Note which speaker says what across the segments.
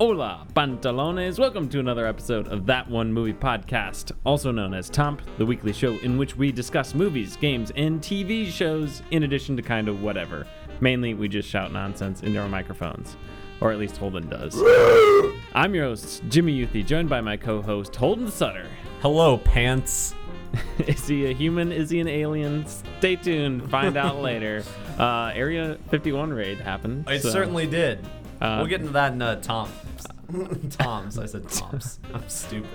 Speaker 1: Hola, pantalones. Welcome to another episode of That One Movie Podcast, also known as TOMP, the weekly show in which we discuss movies, games, and TV shows, in addition to kind of whatever. Mainly, we just shout nonsense into our microphones. Or at least Holden does. I'm your host, Jimmy Youthy, joined by my co host, Holden Sutter.
Speaker 2: Hello, pants.
Speaker 1: Is he a human? Is he an alien? Stay tuned. Find out later. Uh, Area 51 raid happened.
Speaker 2: It
Speaker 1: so-
Speaker 2: certainly did.
Speaker 1: Uh,
Speaker 2: we'll get into that in uh, Tom. Tom's. I said Tom's. I'm stupid.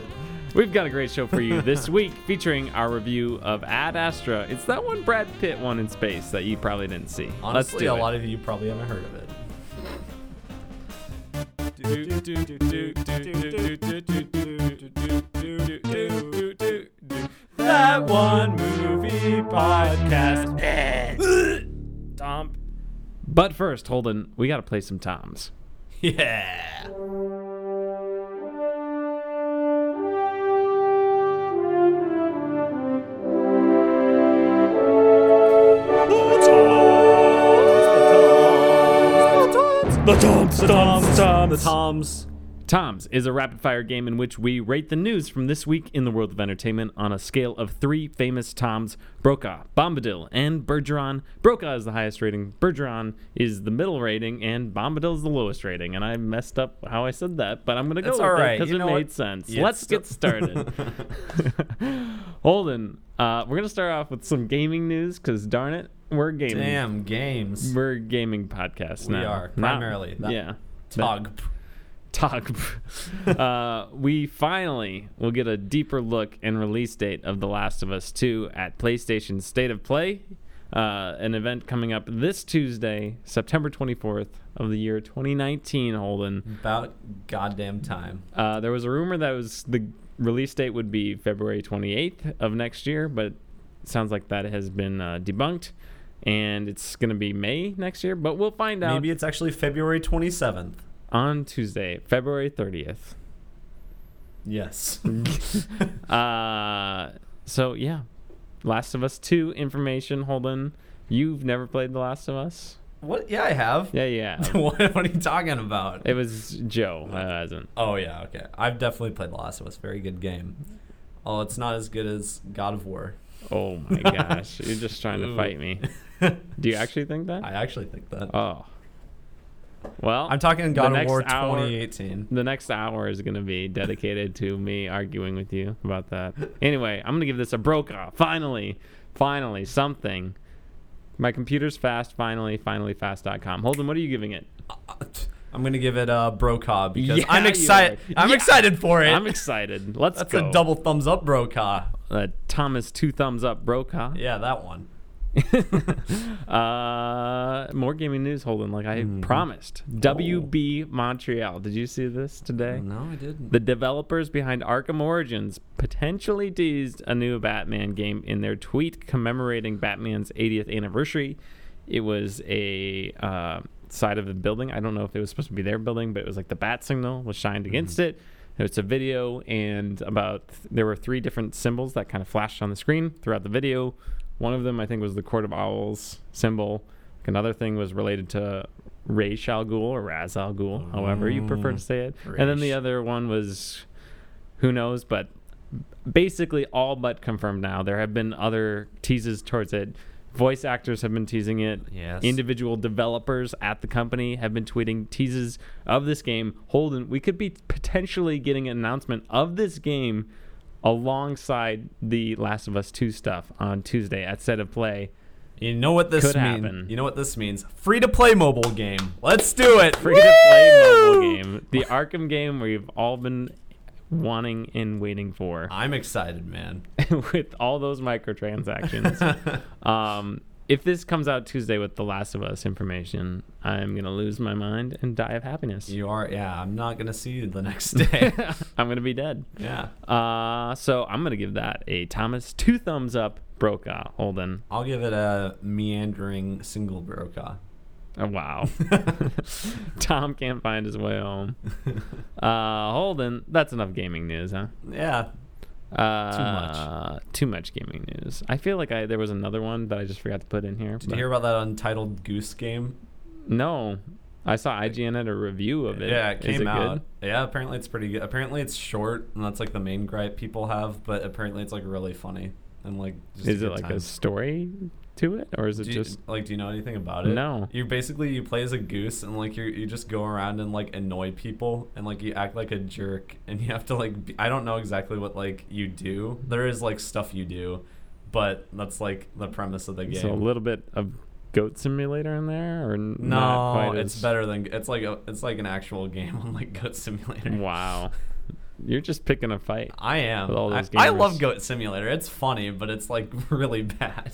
Speaker 1: We've got a great show for you this week featuring our review of Ad Astra. It's that one Brad Pitt one in space that you probably didn't see.
Speaker 2: Honestly, a
Speaker 1: Let's do
Speaker 2: lot of you probably haven't heard of it. That one movie podcast.
Speaker 1: of Tom. But first, Holden, we got to play some toms.
Speaker 2: Yeah. The Toms, the Toms, the Toms, the Toms.
Speaker 1: Toms is a rapid fire game in which we rate the news from this week in the world of entertainment on a scale of three famous Toms Brokaw, Bombadil, and Bergeron. Brokaw is the highest rating, Bergeron is the middle rating, and Bombadil is the lowest rating. And I messed up how I said that, but I'm going to go
Speaker 2: That's
Speaker 1: with
Speaker 2: all
Speaker 1: it
Speaker 2: right.
Speaker 1: because
Speaker 2: You
Speaker 1: it
Speaker 2: know
Speaker 1: made
Speaker 2: what?
Speaker 1: sense.
Speaker 2: Yeah,
Speaker 1: Let's
Speaker 2: it's
Speaker 1: get started. Holden, uh, we're going to start off with some gaming news because darn it, we're gaming.
Speaker 2: Damn games.
Speaker 1: We're a gaming podcast
Speaker 2: We
Speaker 1: now.
Speaker 2: are,
Speaker 1: Not-
Speaker 2: primarily. That-
Speaker 1: yeah.
Speaker 2: Tog.
Speaker 1: talk. uh, we finally will get a deeper look and release date of The Last of Us 2 at PlayStation State of Play, uh, an event coming up this Tuesday, September 24th of the year 2019. Holden,
Speaker 2: About goddamn time.
Speaker 1: uh, there was a rumor that was the release date would be February 28th of next year, but it sounds like that has been uh, debunked. And it's going to be May next year, but we'll find out
Speaker 2: Maybe it's actually February 27th.
Speaker 1: on Tuesday, February 30th.
Speaker 2: Yes.
Speaker 1: Uh, so yeah, Last of Us Two information. Holden, you've never played The Last of Us.
Speaker 2: what? Yeah, I have.
Speaker 1: Yeah, yeah.
Speaker 2: what, what are you talking about?
Speaker 1: it was Joe. uh, I hasn't.
Speaker 2: Oh yeah, okay. I've definitely played The Last of Us. Very good game. Oh, it's not as good as God of War.
Speaker 1: Oh my gosh, you're just trying to
Speaker 2: Ooh.
Speaker 1: fight me.
Speaker 2: I
Speaker 1: Do you actually think that?
Speaker 2: actually think that.
Speaker 1: oh. Well,
Speaker 2: I'm talking God
Speaker 1: the
Speaker 2: of War
Speaker 1: next hour-
Speaker 2: 2018.
Speaker 1: the next hour is going to be dedicated to me arguing with you about that. Anyway, I'm going to give this a Brokaw. Finally, finally, something. My computer's fast. Finally, finally, fast.com. Holden, what are you giving it?
Speaker 2: I'm gonna give it a Brokaw because
Speaker 1: Yeah,
Speaker 2: I'm
Speaker 1: you
Speaker 2: excited.
Speaker 1: are.
Speaker 2: I'm
Speaker 1: Yeah.
Speaker 2: excited for it.
Speaker 1: I'm excited. Let's
Speaker 2: That's
Speaker 1: go.
Speaker 2: a double thumbs up, Brokaw.
Speaker 1: Uh, Thomas two thumbs up, Brokaw.
Speaker 2: Yeah, that one.
Speaker 1: uh, more gaming news, Holden. Like I promised. WB Montreal. Did you see this today?
Speaker 2: No, I didn't.
Speaker 1: The developers behind Arkham Origins potentially teased a new Batman game in their tweet commemorating Batman's 80th anniversary. It was a uh, side of the building. I don't know if it was supposed to be their building, but it was like the bat signal was shined against it. It's a video, and about there were three different symbols that kind of flashed on the screen throughout the video. One of them, I think, was the Court of Owls symbol. Another thing was related to Ra's al Ghul or Raz al Ghul, however you prefer to say it. And then the
Speaker 2: Ra's.
Speaker 1: other one was who knows, but basically all but confirmed now. There have been other teases towards it. Voice actors have been teasing it.
Speaker 2: Yes.
Speaker 1: Individual developers at the company have been tweeting teases of this game. Holden, we could be potentially getting an announcement of this game alongside the Last of Us 2 stuff on Tuesday at Set of Play.
Speaker 2: You know what this
Speaker 1: Could happen.
Speaker 2: means? You know what this means? Free to play mobile game. Let's do it.
Speaker 1: Free to play mobile
Speaker 2: Woo!
Speaker 1: game. The Arkham game we've all been wanting and waiting for.
Speaker 2: I'm excited, man.
Speaker 1: with all those microtransactions. um, if this comes out Tuesday with The Last of Us information, I'm going to lose my mind and die of happiness.
Speaker 2: You are. Yeah, I'm not gonna see you the next day.
Speaker 1: I'm going to be dead.
Speaker 2: yeah,
Speaker 1: Uh, so I'm going to give that a Thomas two thumbs up, Brokaw, Holden.
Speaker 2: I'll give it a meandering single Brokaw.
Speaker 1: Oh, wow. Tom can't find his way home. Uh, Holden, that's enough gaming news, huh?
Speaker 2: yeah,
Speaker 1: Uh, too much. Too much gaming news. I feel like I there was another one that I just forgot to put in here.
Speaker 2: did you hear about that untitled goose game?
Speaker 1: No, I saw IGN had a review of it.
Speaker 2: Yeah, it
Speaker 1: Is
Speaker 2: came
Speaker 1: good?
Speaker 2: out. Yeah, apparently it's pretty good. Apparently it's short, and that's like the main gripe people have. But apparently it's like really funny and like. Just
Speaker 1: Is it
Speaker 2: good
Speaker 1: like a
Speaker 2: time.
Speaker 1: story to it, or is it
Speaker 2: do you,
Speaker 1: just
Speaker 2: like do you know anything about it?
Speaker 1: No.
Speaker 2: You basically you play as a goose and like you you just go around and like annoy people and like you act like a jerk and you have to like be, I don't know exactly what like you do. There is like stuff you do, but that's like the premise of the game.
Speaker 1: so a little bit of Goat Simulator in there, or n- not
Speaker 2: no,
Speaker 1: quite
Speaker 2: it's
Speaker 1: as-
Speaker 2: better than it's like a it's like an actual game on like Goat Simulator.
Speaker 1: Wow, you're just picking a fight.
Speaker 2: I am.
Speaker 1: With all
Speaker 2: I,
Speaker 1: those
Speaker 2: I
Speaker 1: gamers.
Speaker 2: love Goat Simulator. It's funny, but it's like really bad.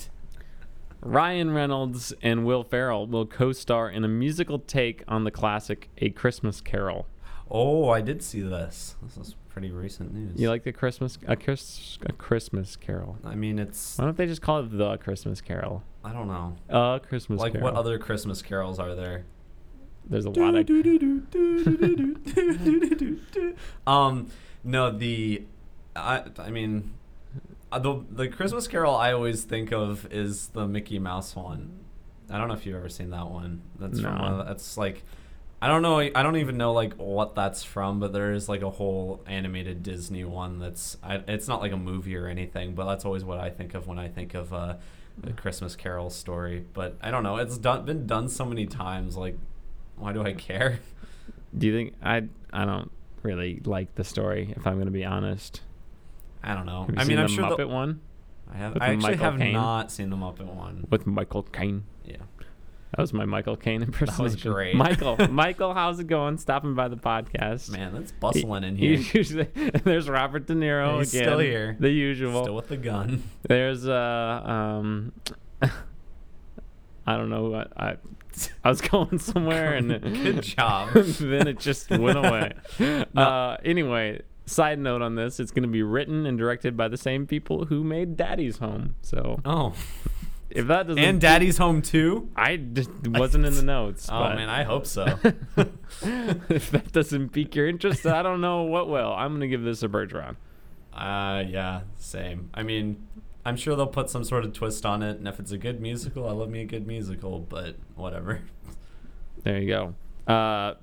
Speaker 1: Ryan Reynolds and Will Ferrell will co-star in a musical take on the classic A Christmas Carol.
Speaker 2: Oh, I did see this. This is pretty recent news.
Speaker 1: You like the Christmas a, Chris, a Christmas Carol?
Speaker 2: I mean, it's
Speaker 1: Why don't they just call it the Christmas Carol?
Speaker 2: I don't know.
Speaker 1: A Christmas
Speaker 2: Like
Speaker 1: Carol.
Speaker 2: what other Christmas carols are there?
Speaker 1: There's a lot of.
Speaker 2: um, no, the I I mean uh, the the Christmas carol I always think of is the Mickey Mouse one. I don't know if you've ever seen that one. That's from
Speaker 1: No.
Speaker 2: one of the- that's like I don't know. I don't even know like what that's from, but there is like a whole animated Disney one. That's I, it's not like a movie or anything, but that's always what I think of when I think of uh, a Christmas Carol story. But I don't know. It's done, been done so many times. Like, why do I care?
Speaker 1: Do you think I? I don't really like the story. If I'm going to be honest,
Speaker 2: I don't know.
Speaker 1: have you
Speaker 2: I
Speaker 1: seen
Speaker 2: mean, I'm
Speaker 1: the
Speaker 2: sure
Speaker 1: Muppet
Speaker 2: the,
Speaker 1: one
Speaker 2: I have.
Speaker 1: with
Speaker 2: I actually
Speaker 1: Michael
Speaker 2: have
Speaker 1: Caine?
Speaker 2: not seen the Muppet one.
Speaker 1: with Michael Caine?
Speaker 2: Yeah.
Speaker 1: That was my Michael Caine impersonation.
Speaker 2: great.
Speaker 1: Michael, Michael, how's it going? Stopping by the podcast.
Speaker 2: Man, that's bustling in
Speaker 1: You
Speaker 2: here.
Speaker 1: usually- there's Robert De Niro
Speaker 2: He's
Speaker 1: again.
Speaker 2: still here.
Speaker 1: The usual.
Speaker 2: Still with the gun.
Speaker 1: There's uh um I don't know what I I was going somewhere and
Speaker 2: Good job.
Speaker 1: then it just went away. Uh anyway, side note on this, it's going to be written and directed by the same people who made Daddy's Home. So,
Speaker 2: Oh,
Speaker 1: if that doesn't
Speaker 2: and Daddy's home too.
Speaker 1: I just wasn't in the notes.
Speaker 2: Oh
Speaker 1: but-
Speaker 2: man, I hope so.
Speaker 1: if that doesn't pique your interest, I don't know what will. I'm going to give this a Bergeron.
Speaker 2: Uh, yeah, same. I mean, I'm sure they'll put some sort of twist on it, and if it's a good musical, I love me a good musical, but whatever.
Speaker 1: There you go. Uh,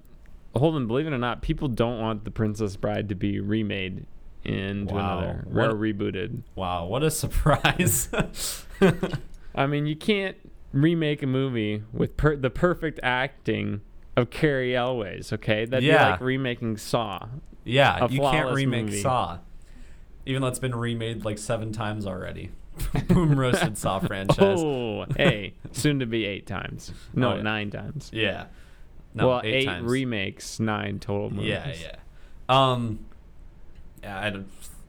Speaker 1: Holden, believe it or not, people don't want The Princess Bride to be remade into
Speaker 2: Wow.
Speaker 1: another
Speaker 2: What-
Speaker 1: or rebooted.
Speaker 2: Wow, what a surprise.
Speaker 1: I mean, you can't remake a movie with per- the perfect acting of Carrie Elways. Okay, that'd
Speaker 2: Yeah.
Speaker 1: be like remaking Saw.
Speaker 2: yeah,
Speaker 1: A
Speaker 2: you can't
Speaker 1: flawless
Speaker 2: remake
Speaker 1: movie.
Speaker 2: Saw, even though it's been remade like seven times already. Boom roasted Saw franchise.
Speaker 1: Oh, hey, soon to be eight times. No,
Speaker 2: Oh, yeah.
Speaker 1: nine times.
Speaker 2: Yeah. No,
Speaker 1: well,
Speaker 2: eight, times.
Speaker 1: remakes, nine total movies.
Speaker 2: Yeah, yeah. Um, yeah, I don't-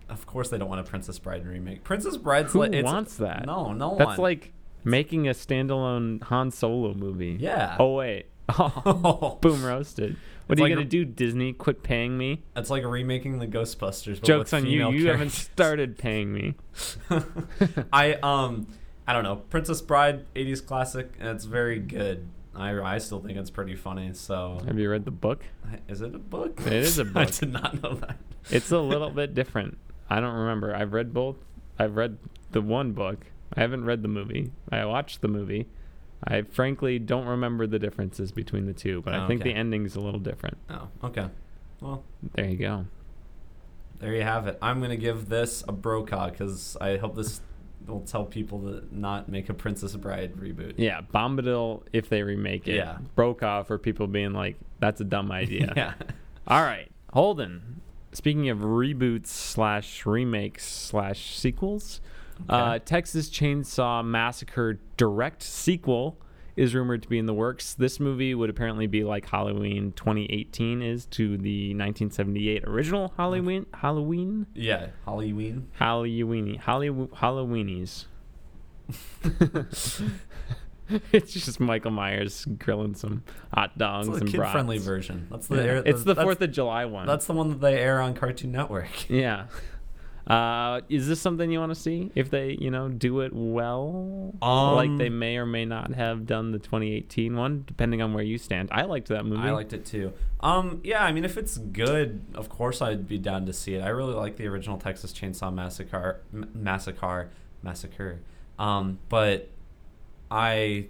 Speaker 2: of course they don't want a Princess Bride remake. Princess Bride's
Speaker 1: Who
Speaker 2: like it's-
Speaker 1: wants that?
Speaker 2: No, no
Speaker 1: That's
Speaker 2: one.
Speaker 1: like making a standalone Han Solo movie.
Speaker 2: Yeah.
Speaker 1: Oh wait. Boom roasted. What
Speaker 2: It's
Speaker 1: are you
Speaker 2: like
Speaker 1: gonna
Speaker 2: a-
Speaker 1: do, Disney? Quit paying me.
Speaker 2: It's like remaking the Ghostbusters. But
Speaker 1: Jokes
Speaker 2: with
Speaker 1: on you.
Speaker 2: female
Speaker 1: You haven't
Speaker 2: characters.
Speaker 1: started paying me.
Speaker 2: I um, I don't know. Princess Bride, '80s classic. and It's very good. I I still think it's pretty funny. So,
Speaker 1: Have you read the book?
Speaker 2: is it a book?
Speaker 1: It is a
Speaker 2: I
Speaker 1: book.
Speaker 2: did not know that.
Speaker 1: It's a little bit different. I don't remember. I've read both. I've read the one book. I haven't read the movie. I watched the movie. I frankly don't remember the differences between the two, but I think
Speaker 2: Okay.
Speaker 1: the ending's a little different.
Speaker 2: Oh, okay. Well,
Speaker 1: There you go.
Speaker 2: There you have it. I'm gonna give this a Brokaw because I hope this will tell people to not make a Princess Bride reboot.
Speaker 1: Yeah, Bombadil if they remake it.
Speaker 2: Yeah.
Speaker 1: Brokaw for people being like, that's a dumb idea.
Speaker 2: yeah.
Speaker 1: All right, Holden. Speaking of reboots slash remakes slash sequels, uh, Texas Chainsaw Massacre direct sequel is rumored to be in the works. This movie would apparently be like Halloween 2018 is to the 1978 original Halloween Halloween
Speaker 2: Yeah. Halloween.
Speaker 1: Halloweeny Hallow- Halloweenies. it's just Michael Myers grilling some hot dogs
Speaker 2: It's the
Speaker 1: and brats.
Speaker 2: kid-friendly version. That's the.
Speaker 1: Yeah.
Speaker 2: air-
Speaker 1: It's the
Speaker 2: that's-
Speaker 1: Fourth of July one.
Speaker 2: That's the one that they air on Cartoon Network.
Speaker 1: Yeah. Uh, is this something you want to see? If they, you know, do it well, like
Speaker 2: Um,
Speaker 1: they may or may not have done the 2018 one, depending on where you stand. I liked that movie.
Speaker 2: I liked it too. Um, yeah, I mean, if it's good, of course I'd be down to see it. I really like the original Texas Chainsaw Massacre, M- Massacre, Massacre. Um, but I,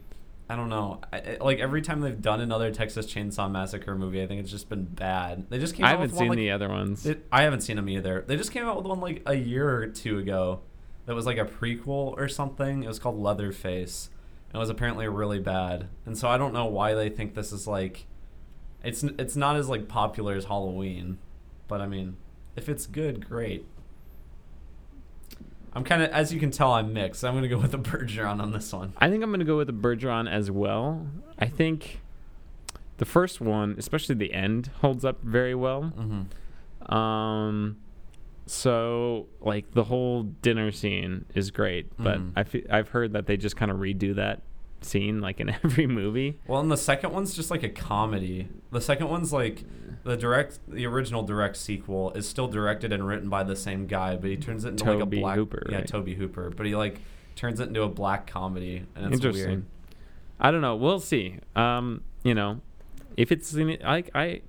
Speaker 2: I don't know. I, I- like every time they've done another Texas Chainsaw Massacre movie, I think it's just been bad. They just came.
Speaker 1: I
Speaker 2: out with
Speaker 1: haven't
Speaker 2: one,
Speaker 1: seen
Speaker 2: like,
Speaker 1: the other ones.
Speaker 2: It, I haven't seen them either. They just came out with one like a year or two ago that was like a prequel or something. It was called Leatherface. And it was apparently really bad. And so I don't know why they think this is like it's n- it's not as like popular as Halloween, but I mean, if it's good, great. I'm kind of as you can tell I'm mixed. I'm going to go with the Bergeron on this one.
Speaker 1: I think I'm gonna go with the Bergeron as well. I think the first one, especially the end, holds up very well.
Speaker 2: Mhm.
Speaker 1: Um, so like the whole dinner scene is great, but
Speaker 2: Mhm.
Speaker 1: I fe- I've heard that they just kind of redo that scene like in every movie.
Speaker 2: Well, and the second one's just like a comedy. The second one's like the direct, the original direct sequel is still directed and written by the same guy, but he turns it into like
Speaker 1: Tobe
Speaker 2: a black,
Speaker 1: Hooper,
Speaker 2: yeah,
Speaker 1: right?
Speaker 2: Toby Hooper. But he like turns it into a black comedy, and it's
Speaker 1: Interesting.
Speaker 2: weird.
Speaker 1: I don't know. We'll see. Um, you know, if it's in it, like I.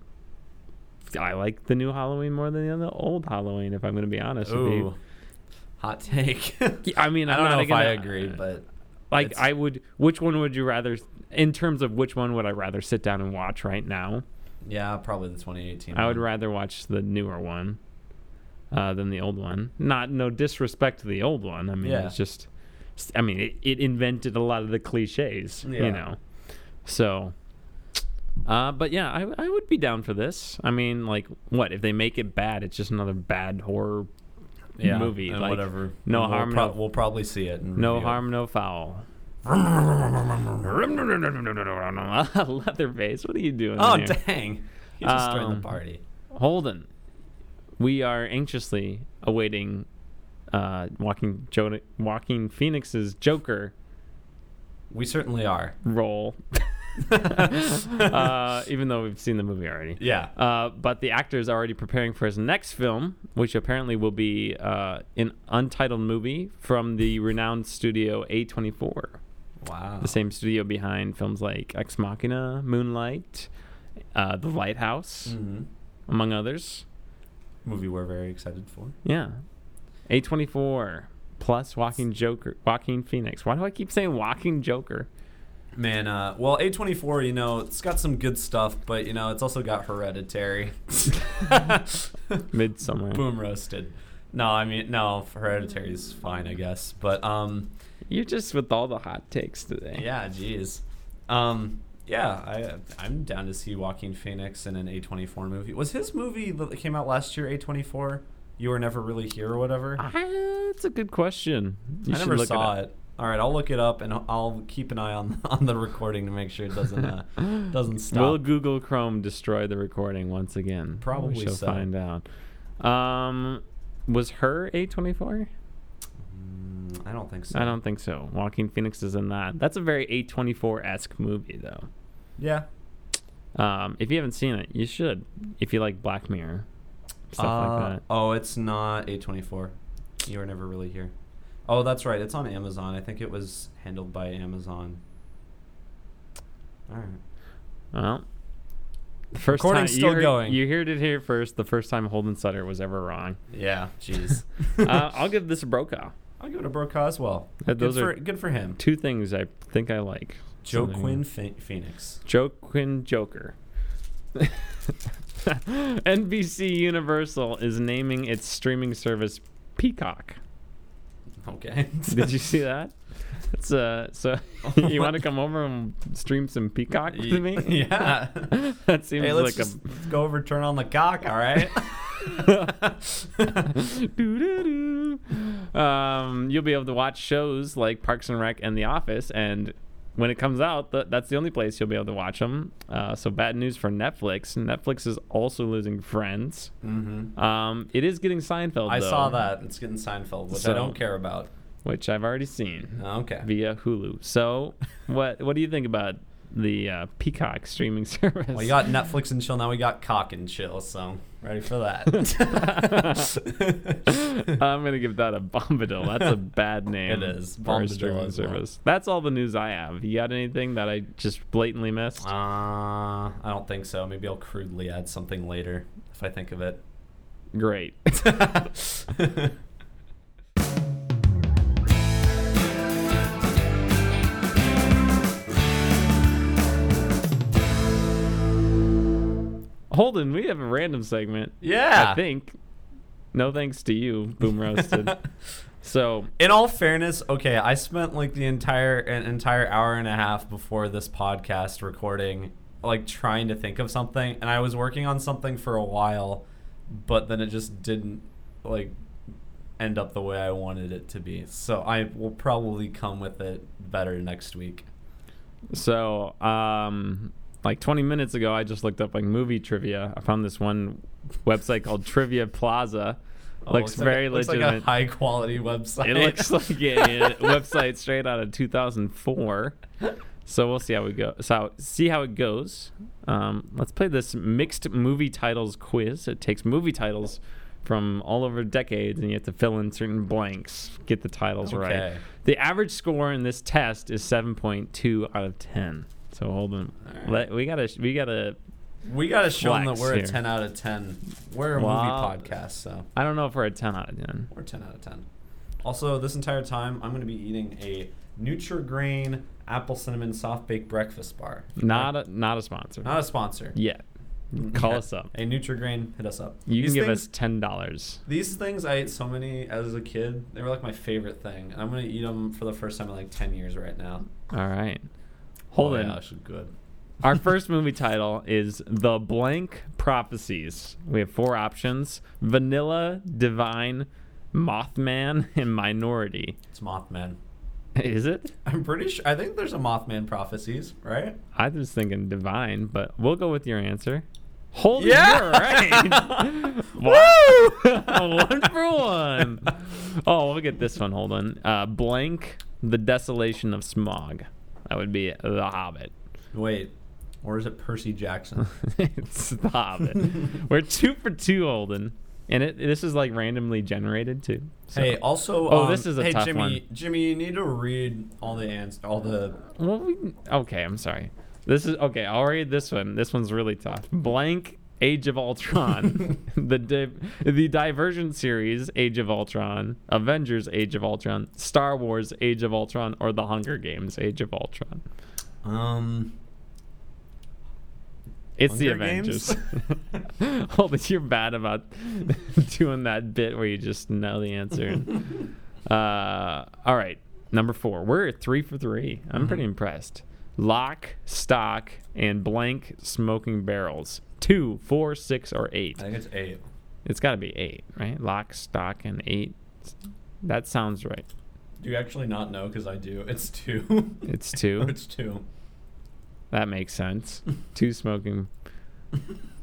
Speaker 1: I like the new Halloween more than the old Halloween. If I'm going to be honest with
Speaker 2: Ooh,
Speaker 1: you,
Speaker 2: hot take.
Speaker 1: Yeah, I mean,
Speaker 2: I
Speaker 1: I'm
Speaker 2: don't
Speaker 1: not
Speaker 2: know if I
Speaker 1: gonna-
Speaker 2: agree, but
Speaker 1: like
Speaker 2: It's-
Speaker 1: I would which one would you rather in terms of which one would I rather sit down and watch right now?
Speaker 2: yeah, probably the 2018.
Speaker 1: I would
Speaker 2: one.
Speaker 1: rather watch the newer one uh, than the old one. Not no disrespect to the old one. I mean
Speaker 2: Yeah.
Speaker 1: it's just I mean it, it invented a lot of the cliches,
Speaker 2: Yeah.
Speaker 1: you know. So uh, but yeah, I, I would be down for this. I mean, like, what if they make it bad? It's just another bad horror
Speaker 2: yeah,
Speaker 1: movie,
Speaker 2: and
Speaker 1: like,
Speaker 2: whatever.
Speaker 1: no
Speaker 2: And we'll
Speaker 1: harm, no-
Speaker 2: we'll probably see it. and
Speaker 1: No
Speaker 2: review it.
Speaker 1: harm, no foul. Leatherface, what are you doing?
Speaker 2: Oh
Speaker 1: here?
Speaker 2: dang! You just joined the
Speaker 1: Um,
Speaker 2: party.
Speaker 1: Holden, we are anxiously awaiting uh, Walking jo- Walking Phoenix's Joker
Speaker 2: We certainly are.
Speaker 1: role, uh, even though we've seen the movie already.
Speaker 2: yeah.
Speaker 1: Uh, but the actor is already preparing for his next film, which apparently will be uh, an untitled movie from the renowned studio A24.
Speaker 2: Wow.
Speaker 1: the same studio behind films like Ex Machina, Moonlight, uh, The Lighthouse,
Speaker 2: Mhm.
Speaker 1: among others.
Speaker 2: movie we're very excited for.
Speaker 1: Yeah, A twenty four plus Walking Joker, Walking Phoenix. Why do I keep saying Walking Joker?
Speaker 2: Man, uh, well, A24, you know, it's got some good stuff, but, you know, it's also got Hereditary.
Speaker 1: Midsummer.
Speaker 2: Boom roasted. No, I mean, no, Hereditary is fine, I guess. But, um,
Speaker 1: You're just with all the hot takes today.
Speaker 2: yeah, jeez. Um, yeah, I, I'm down to see Walking Phoenix in an A24 movie. Was his movie that came out last year A24? You Were Never Really Here or whatever?
Speaker 1: Ah, that's a good question. You
Speaker 2: I
Speaker 1: should
Speaker 2: never
Speaker 1: look
Speaker 2: saw
Speaker 1: it.
Speaker 2: it,
Speaker 1: up.
Speaker 2: All right, I'll look it up and I'll- I'll keep an eye on on the recording to make sure it doesn't uh, doesn't stop.
Speaker 1: Will Google Chrome destroy the recording once again?
Speaker 2: Probably
Speaker 1: we shall
Speaker 2: so.
Speaker 1: find out. Um, was her A twenty four?
Speaker 2: Mm, I don't think so.
Speaker 1: I don't think so. Walking Phoenix is in that. That's a very A24 esque movie, though.
Speaker 2: Yeah.
Speaker 1: Um, if you haven't seen it, you should. If you like Black Mirror, stuff
Speaker 2: Uh,
Speaker 1: like that.
Speaker 2: Oh, it's not A24. You were never really here. Oh, that's right. It's on Amazon. I think it was handled by Amazon. All right.
Speaker 1: Well, the first
Speaker 2: Recording's
Speaker 1: time
Speaker 2: still
Speaker 1: you heard,
Speaker 2: going.
Speaker 1: You heard it here first. The first time Holden Sutter was ever wrong.
Speaker 2: Yeah. Jeez.
Speaker 1: uh, I'll give this a Brokaw.
Speaker 2: I'll give it a Brokaw as well.
Speaker 1: Uh, those
Speaker 2: good,
Speaker 1: are
Speaker 2: for, good for him.
Speaker 1: Two things I think I like.
Speaker 2: Joe
Speaker 1: Something-
Speaker 2: Quinn Phe- Phoenix.
Speaker 1: Joaquin Joker. NBC Universal is naming its streaming service Peacock.
Speaker 2: Okay.
Speaker 1: Did you see that? It's uh so you want to come over and stream some peacock with me?
Speaker 2: Yeah.
Speaker 1: that seems
Speaker 2: hey,
Speaker 1: like
Speaker 2: let's just let's go over turn on the cock, all right?
Speaker 1: a Doo-doo-doo. um you'll be able to watch shows like Parks and Rec and The Office and when it comes out, th- that's the only place you'll be able to watch them. Uh, so bad news for Netflix. Netflix is also losing Friends.
Speaker 2: mm-hmm.
Speaker 1: Um, it is getting Seinfeld.
Speaker 2: I
Speaker 1: though,
Speaker 2: saw that. It's getting Seinfeld, which I
Speaker 1: So-
Speaker 2: don't care about.
Speaker 1: which I've already seen.
Speaker 2: Okay.
Speaker 1: via Hulu. So, what what do you think about the uh, Peacock streaming service?
Speaker 2: Well, you got Netflix and chill. Now we got cock and chill. So ready for that?
Speaker 1: I'm gonna give that a bombadil. That's a bad name.
Speaker 2: It is.
Speaker 1: for a
Speaker 2: Bombadil
Speaker 1: streaming
Speaker 2: is wrong.
Speaker 1: service. That's all the news I have. You got anything that I just blatantly missed?
Speaker 2: uh, I don't think so. Maybe I'll crudely add something later if I think of it.
Speaker 1: Great. Holden, we have a random segment.
Speaker 2: Yeah.
Speaker 1: I think. No thanks to you, Boom Roasted. so
Speaker 2: In all fairness, okay, I spent like the entire an entire hour and a half before this podcast recording, like trying to think of something, and I was working on something for a while, but then it just didn't like end up the way I wanted it to be. So I will probably come with it better next week.
Speaker 1: So, um, like 20 minutes ago, I just looked up like movie trivia. I found this one website called Trivia Plaza.
Speaker 2: Oh,
Speaker 1: looks,
Speaker 2: like
Speaker 1: very
Speaker 2: a, looks like a
Speaker 1: legitimate.
Speaker 2: high quality website.
Speaker 1: it looks like a website straight out of 2004. So we'll see how we go. So see how it goes. Um, let's play this mixed movie titles quiz. It takes movie titles from all over decades, and you have to fill in certain blanks, get the titles right.
Speaker 2: Okay.
Speaker 1: The average score in this test is 7.2 out of 10. So hold on,
Speaker 2: All right.
Speaker 1: Let- we gotta we gotta.
Speaker 2: we gotta show them that
Speaker 1: Flex
Speaker 2: we're
Speaker 1: here.
Speaker 2: a ten out of ten. We're a
Speaker 1: Wow.
Speaker 2: movie podcast, so
Speaker 1: I don't know if we're at 10 out of 10.
Speaker 2: Or 10 out of 10. Also, this entire time, I'm going to be eating a Nutrigrain apple cinnamon soft baked breakfast bar.
Speaker 1: Not a, not a sponsor.
Speaker 2: not a sponsor. Mm-hmm.
Speaker 1: yet. Call us up.
Speaker 2: Hey, Nutrigrain, hit us up.
Speaker 1: You
Speaker 2: These
Speaker 1: can give
Speaker 2: things-
Speaker 1: us ten dollars.
Speaker 2: These things I ate so many as a kid. They were like my favorite thing. And I'm going to eat them for the first time in like 10 years right now.
Speaker 1: All right. Hold
Speaker 2: oh,
Speaker 1: on.
Speaker 2: Yeah, actually good.
Speaker 1: Our first movie title is The Blank Prophecies. We have four options Vanilla, Divine, Mothman, and Minority.
Speaker 2: It's Mothman.
Speaker 1: Is it?
Speaker 2: I'm pretty sure. I think there's a Mothman prophecies, right?
Speaker 1: I was thinking Divine, but we'll go with your answer. Hold
Speaker 2: Yeah!
Speaker 1: you're right. Woo! one for one. Oh, look at this one. Hold on. Uh, blank, The Desolation of Smog. That would be The Hobbit.
Speaker 2: Wait. Or is it Percy Jackson?
Speaker 1: Stop it. We're two for two, Holden. And it, this is like randomly generated too. So.
Speaker 2: Hey, also,
Speaker 1: Oh,
Speaker 2: um,
Speaker 1: this is a
Speaker 2: hey,
Speaker 1: tough
Speaker 2: Jimmy,
Speaker 1: one.
Speaker 2: Jimmy, you need to read all the ans- all the.
Speaker 1: Well, we, okay, I'm sorry. This is okay. I'll read this one. This one's really tough. Blank Age of Ultron, the di- the Divergent series Age of Ultron, Avengers Age of Ultron, Star Wars Age of Ultron, or The Hunger Games Age of Ultron.
Speaker 2: Um,
Speaker 1: It's the
Speaker 2: Hunger Games?
Speaker 1: Avengers. Holden, you're bad about doing that bit where you just know the answer. Uh, all right, number four. We're at three for three. am pretty impressed. Lock, stock, and blank smoking barrels. Two, four, six, or eight.
Speaker 2: I think it's eight.
Speaker 1: It's got to be eight, right? Lock, stock, and eight. That sounds right.
Speaker 2: Do you actually not know? Because I do. It's two.
Speaker 1: It's two.
Speaker 2: it's two.
Speaker 1: That makes sense. Two smoking.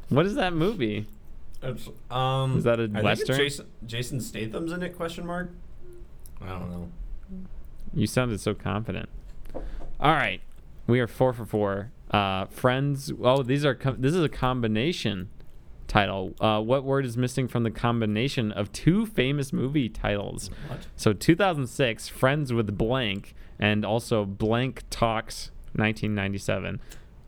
Speaker 1: What is that movie?
Speaker 2: It's um.
Speaker 1: Is that a
Speaker 2: I think it's
Speaker 1: Western?
Speaker 2: Jason, Jason Statham's in it? Question mark. I don't know.
Speaker 1: You sounded so confident. All right, we are four for four. Uh, friends. Oh, these are com- this is a combination title. Uh, what word is missing from the combination of two famous movie titles?
Speaker 2: What?
Speaker 1: So 2006, Friends with Blank, and also Blank Talks 1997.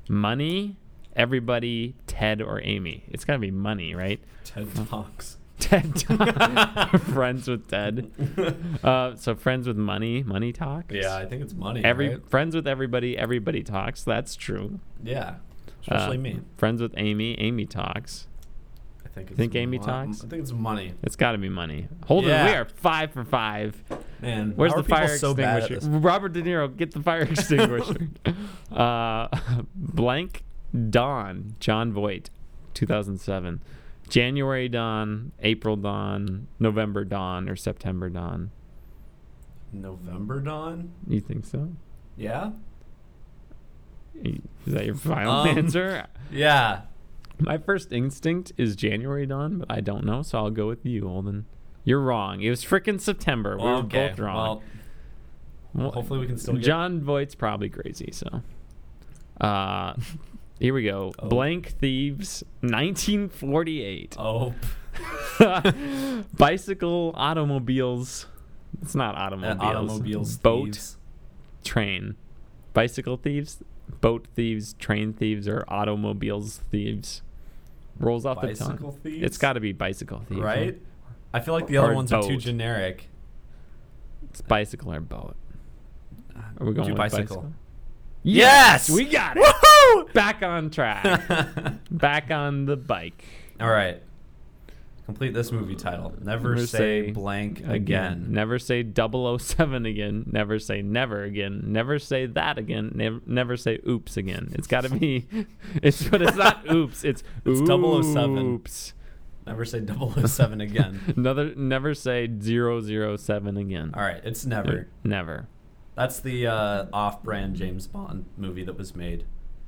Speaker 1: Money, everybody, Ted or Amy. It's gotta be money, right?
Speaker 2: Ted Talks.
Speaker 1: Ted, Talk- Friends with Ted. Uh, so Friends with Money, Money Talks.
Speaker 2: yeah, I think it's money.
Speaker 1: Every
Speaker 2: right?
Speaker 1: friends with everybody, everybody talks. That's true.
Speaker 2: Yeah.
Speaker 1: Uh,
Speaker 2: Especially me.
Speaker 1: Friends with Amy, Amy talks.
Speaker 2: I think. It's
Speaker 1: think Amy
Speaker 2: mo-
Speaker 1: talks?
Speaker 2: I think it's money.
Speaker 1: It's got to be money. Hold on, we
Speaker 2: Yeah.
Speaker 1: are five for five.
Speaker 2: Man,
Speaker 1: Where's
Speaker 2: how are
Speaker 1: the fire
Speaker 2: people so bad at
Speaker 1: extinguisher?
Speaker 2: this?
Speaker 1: Robert De Niro, get the fire extinguisher. uh, blank Dawn, John Voight, 2007. January Dawn, April Dawn, November Dawn, or September Dawn.
Speaker 2: November Dawn.
Speaker 1: You think so?
Speaker 2: Yeah.
Speaker 1: Is that your final
Speaker 2: Um,
Speaker 1: answer?
Speaker 2: Yeah.
Speaker 1: My first instinct is January dawn, but I don't know, so I'll go with you, Olden. You're wrong. It was frickin' September. We were
Speaker 2: okay.
Speaker 1: both wrong.
Speaker 2: Well,
Speaker 1: Well,
Speaker 2: hopefully we can still get
Speaker 1: John Voight's probably crazy, so. Uh, here we go.
Speaker 2: Oh.
Speaker 1: Blank Thieves, 1948.
Speaker 2: Oh,
Speaker 1: Bicycle, automobiles. It's not automobiles.
Speaker 2: Uh, automobiles,
Speaker 1: Boat,
Speaker 2: thieves.
Speaker 1: train. Bicycle thieves, boat thieves, train thieves, or automobiles thieves. Rolls off the tongue.
Speaker 2: bicycle thieves.
Speaker 1: It's got to be bicycle thieves,
Speaker 2: right. I feel like the other
Speaker 1: Or
Speaker 2: ones are too
Speaker 1: boat.
Speaker 2: generic.
Speaker 1: It's bicycle or boat. Are we going
Speaker 2: Uh, Do
Speaker 1: with
Speaker 2: bicycle.
Speaker 1: bicycle?
Speaker 2: Yes!
Speaker 1: we got it.
Speaker 2: Woohoo!
Speaker 1: Back on track. Back on the bike.
Speaker 2: All right. Complete this movie title. Never,
Speaker 1: Never
Speaker 2: say,
Speaker 1: say
Speaker 2: blank again.
Speaker 1: Never say 007 again. Never say never again. Never say that again. Never, never say oops again. It's got to be. It's but it's not oops. It's,
Speaker 2: It's 007.
Speaker 1: Oops.
Speaker 2: Never say 007 again.
Speaker 1: Another. Never say 007 again.
Speaker 2: All right, it's never.
Speaker 1: Never.
Speaker 2: That's the uh, off-brand James Bond movie that was made.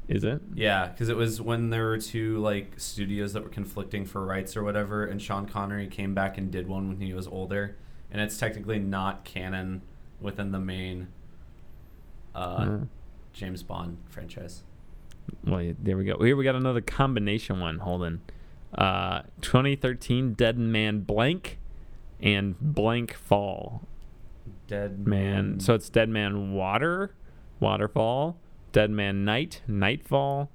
Speaker 1: Is it?
Speaker 2: Yeah, because it was when there were two like studios that were conflicting for rights or whatever, and Sean Connery came back and did one when he was older, and it's technically not canon within the main uh,
Speaker 1: Uh,
Speaker 2: James Bond franchise.
Speaker 1: well, there we go. Here we got another combination one. Hold on. Uh, 2013 Dead Man Blank and Blank Fall.
Speaker 2: Dead
Speaker 1: Man. So it's Dead Man Water, Waterfall, Dead Man Night, Nightfall,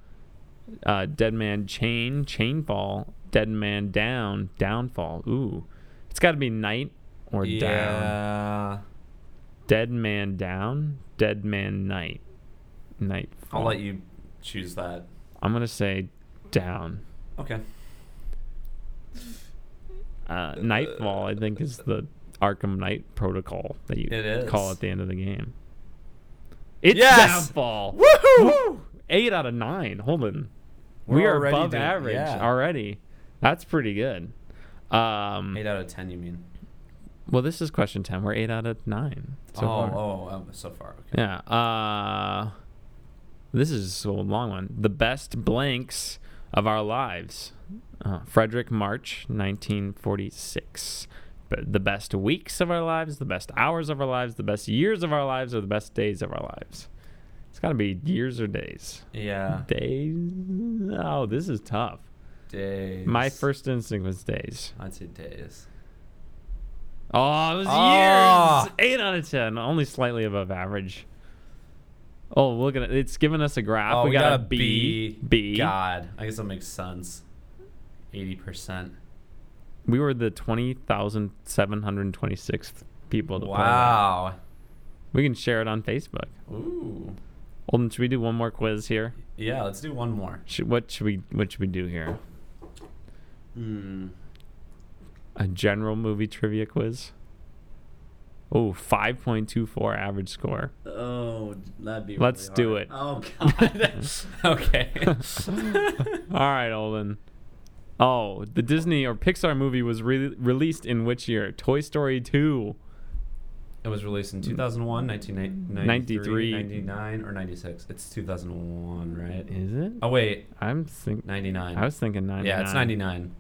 Speaker 1: uh, Dead Man Chain, Chainfall, Dead Man Down, Downfall. Ooh, it's got to be Night or Down.
Speaker 2: yeah.
Speaker 1: Dead Man Down, Dead Man Night, Nightfall.
Speaker 2: I'll let you choose that.
Speaker 1: I'm gonna say Down.
Speaker 2: Okay.
Speaker 1: Uh, Nightfall, I think, is the Arkham Knight protocol that you
Speaker 2: It is.
Speaker 1: call at the end of the game. It's
Speaker 2: Yes!
Speaker 1: Downfall.
Speaker 2: Woohoo!
Speaker 1: eight out of nine. Hold on.
Speaker 2: We're
Speaker 1: we are
Speaker 2: already
Speaker 1: above
Speaker 2: doing-
Speaker 1: average
Speaker 2: yeah.
Speaker 1: already. That's pretty good. Um,
Speaker 2: Eight out of ten, you mean?
Speaker 1: well, this is question 10. We're eight out of nine so
Speaker 2: oh,
Speaker 1: far.
Speaker 2: oh, um, so far. Okay.
Speaker 1: Yeah. Uh, this is a long one. The best blanks of our lives. Uh, Frederick March, 1946. But the best weeks of our lives, the best hours of our lives, the best years of our lives, or the best days of our lives. It's got to be years or days.
Speaker 2: Yeah.
Speaker 1: Days. Oh, this is tough.
Speaker 2: Days.
Speaker 1: My first instinct was days.
Speaker 2: I'd say days.
Speaker 1: Oh, it was
Speaker 2: Ah.
Speaker 1: years. Eight out of ten, only slightly above average. Oh, look at it. It's giving us a graph.
Speaker 2: oh,
Speaker 1: we, got, a
Speaker 2: a B.
Speaker 1: B. B.
Speaker 2: God, I guess that makes sense. Eighty percent.
Speaker 1: We were the twenty thousand seven hundred twenty-sixth people. To play that.
Speaker 2: Wow.
Speaker 1: We can share it on Facebook.
Speaker 2: Ooh.
Speaker 1: Olden, should we do one more quiz here?
Speaker 2: Yeah. Let's do one more.
Speaker 1: Should, what should we What should we do here?
Speaker 2: Hmm.
Speaker 1: A general movie trivia quiz. Oh, 5.24 average score.
Speaker 2: Oh, that'd be.
Speaker 1: Let's really do it.
Speaker 2: Oh God. okay.
Speaker 1: All right, Olin. Oh, the Disney or Pixar movie was re- released in which year? Toy Story 2.
Speaker 2: it was released in 2001, 1993,
Speaker 1: 93.
Speaker 2: 99, or 96. It's 2001, right?
Speaker 1: Is it?
Speaker 2: Oh wait,
Speaker 1: I'm thinking
Speaker 2: 99.
Speaker 1: I was thinking 99.
Speaker 2: yeah, it's 99.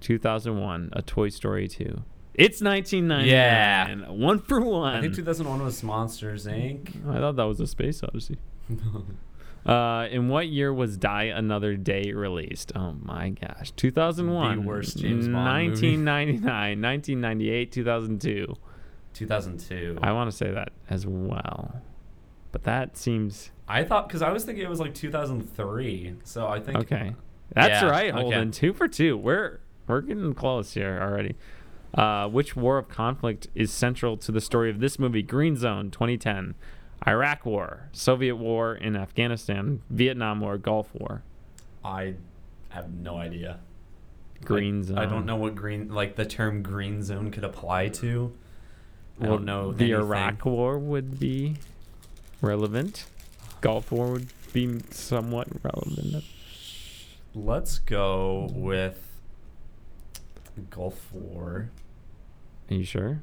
Speaker 1: 2001, A Toy Story 2. It's 1999.
Speaker 2: Yeah.
Speaker 1: One for one.
Speaker 2: I think 2001 was Monsters Inc.
Speaker 1: I thought that was a space odyssey. Uh, in what year was Die Another Day released? Oh my gosh, 2001,
Speaker 2: The worst James Bond movie.
Speaker 1: 1999, 1998, 2002.
Speaker 2: 2002.
Speaker 1: I want to say that as well, but that seems
Speaker 2: I thought because I was thinking it was like 2003. So I think
Speaker 1: okay. That's
Speaker 2: Yeah,
Speaker 1: right,
Speaker 2: okay.
Speaker 1: Holden. Two for two. We're we're getting close here already. Uh, which war of conflict is central to the story of this movie? Green Zone, 2010, Iraq War, Soviet War in Afghanistan, Vietnam War, Gulf War.
Speaker 2: I have no idea.
Speaker 1: Green
Speaker 2: Like,
Speaker 1: Zone.
Speaker 2: I don't know what green like the term green zone could apply to. I don't know
Speaker 1: The
Speaker 2: anything.
Speaker 1: Iraq War would be relevant. Gulf War would be somewhat relevant.
Speaker 2: Let's go with Gulf War.
Speaker 1: Are you sure?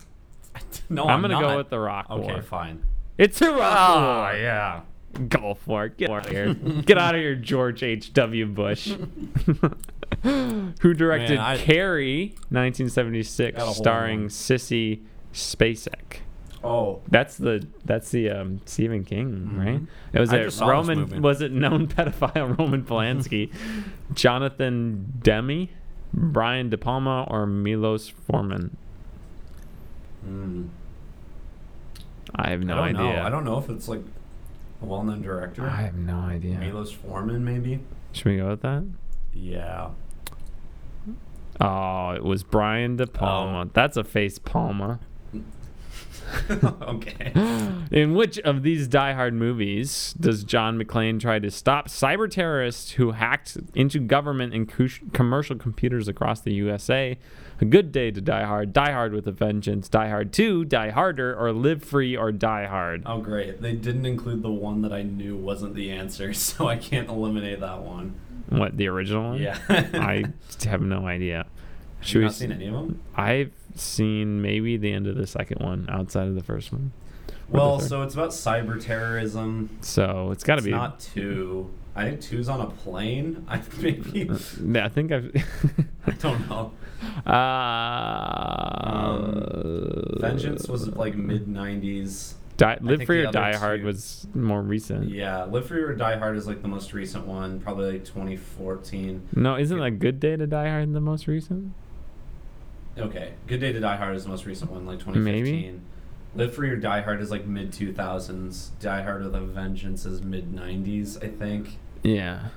Speaker 2: no,
Speaker 1: I'm,
Speaker 2: I'm,
Speaker 1: gonna
Speaker 2: not.
Speaker 1: go with the Rock
Speaker 2: Okay,
Speaker 1: War. Ah.
Speaker 2: fine.
Speaker 1: It's a Rock
Speaker 2: Oh
Speaker 1: War.
Speaker 2: yeah.
Speaker 1: Gulf War. Get out of here. Get out of here, George H.W. Bush. Who directed
Speaker 2: Man, I-
Speaker 1: Carrie, 1976,
Speaker 2: Got a whole
Speaker 1: starring
Speaker 2: one.
Speaker 1: Sissy Spacek?
Speaker 2: Oh.
Speaker 1: That's the that's the um, Stephen King, right?
Speaker 2: Mhm.
Speaker 1: It was
Speaker 2: I
Speaker 1: a
Speaker 2: just saw this movie.
Speaker 1: Roman was it known pedophile Roman Polanski, Jonathan Demi, Brian De Palma, or Milos Forman?
Speaker 2: Mm.
Speaker 1: I have no
Speaker 2: I don't
Speaker 1: idea. Ah,
Speaker 2: know. I don't know if it's like a well-known director.
Speaker 1: I have no idea.
Speaker 2: Milos Forman, maybe.
Speaker 1: Should we go with that?
Speaker 2: Yeah. Oh.
Speaker 1: Oh, it was Brian De Palma. That's a face Palma.
Speaker 2: okay.
Speaker 1: In which of these Die Hard movies does John McClane try to stop cyber terrorists who hacked into government and cu- commercial computers across the USA? A Good Day to Die Hard, Die Hard with a Vengeance, Die Hard 2, Die Harder, or Live Free or Die Hard?
Speaker 2: Oh, great. They didn't include the one that I knew wasn't the answer, so I can't eliminate that one.
Speaker 1: What, the original one?
Speaker 2: Yeah.
Speaker 1: I have no idea.
Speaker 2: Have
Speaker 1: Should
Speaker 2: you
Speaker 1: we
Speaker 2: not
Speaker 1: s-
Speaker 2: seen any of them?
Speaker 1: I've seen maybe the end of the second one outside of the first one. Or the
Speaker 2: Well,
Speaker 1: third.
Speaker 2: so it's about cyber terrorism.
Speaker 1: So it's got to
Speaker 2: It's
Speaker 1: be.
Speaker 2: not two. I think two's on a plane. I maybe.
Speaker 1: I think I've.
Speaker 2: I don't know.
Speaker 1: Uh,
Speaker 2: Vengeance was like mid '90s.
Speaker 1: Die,
Speaker 2: I
Speaker 1: Live
Speaker 2: think
Speaker 1: Free
Speaker 2: the
Speaker 1: or Die
Speaker 2: other
Speaker 1: Hard
Speaker 2: two-
Speaker 1: was more recent.
Speaker 2: Yeah, Live Free or Die Hard is like the most recent one, probably like 2014.
Speaker 1: No, isn't a Good Day to Die Hard the most recent?
Speaker 2: Okay, Good Day to Die Hard is the most recent one, like 2015. Live Free or Die Hard is like mid 2000s. Die Hard with a Vengeance is mid 90s, I think.
Speaker 1: Yeah.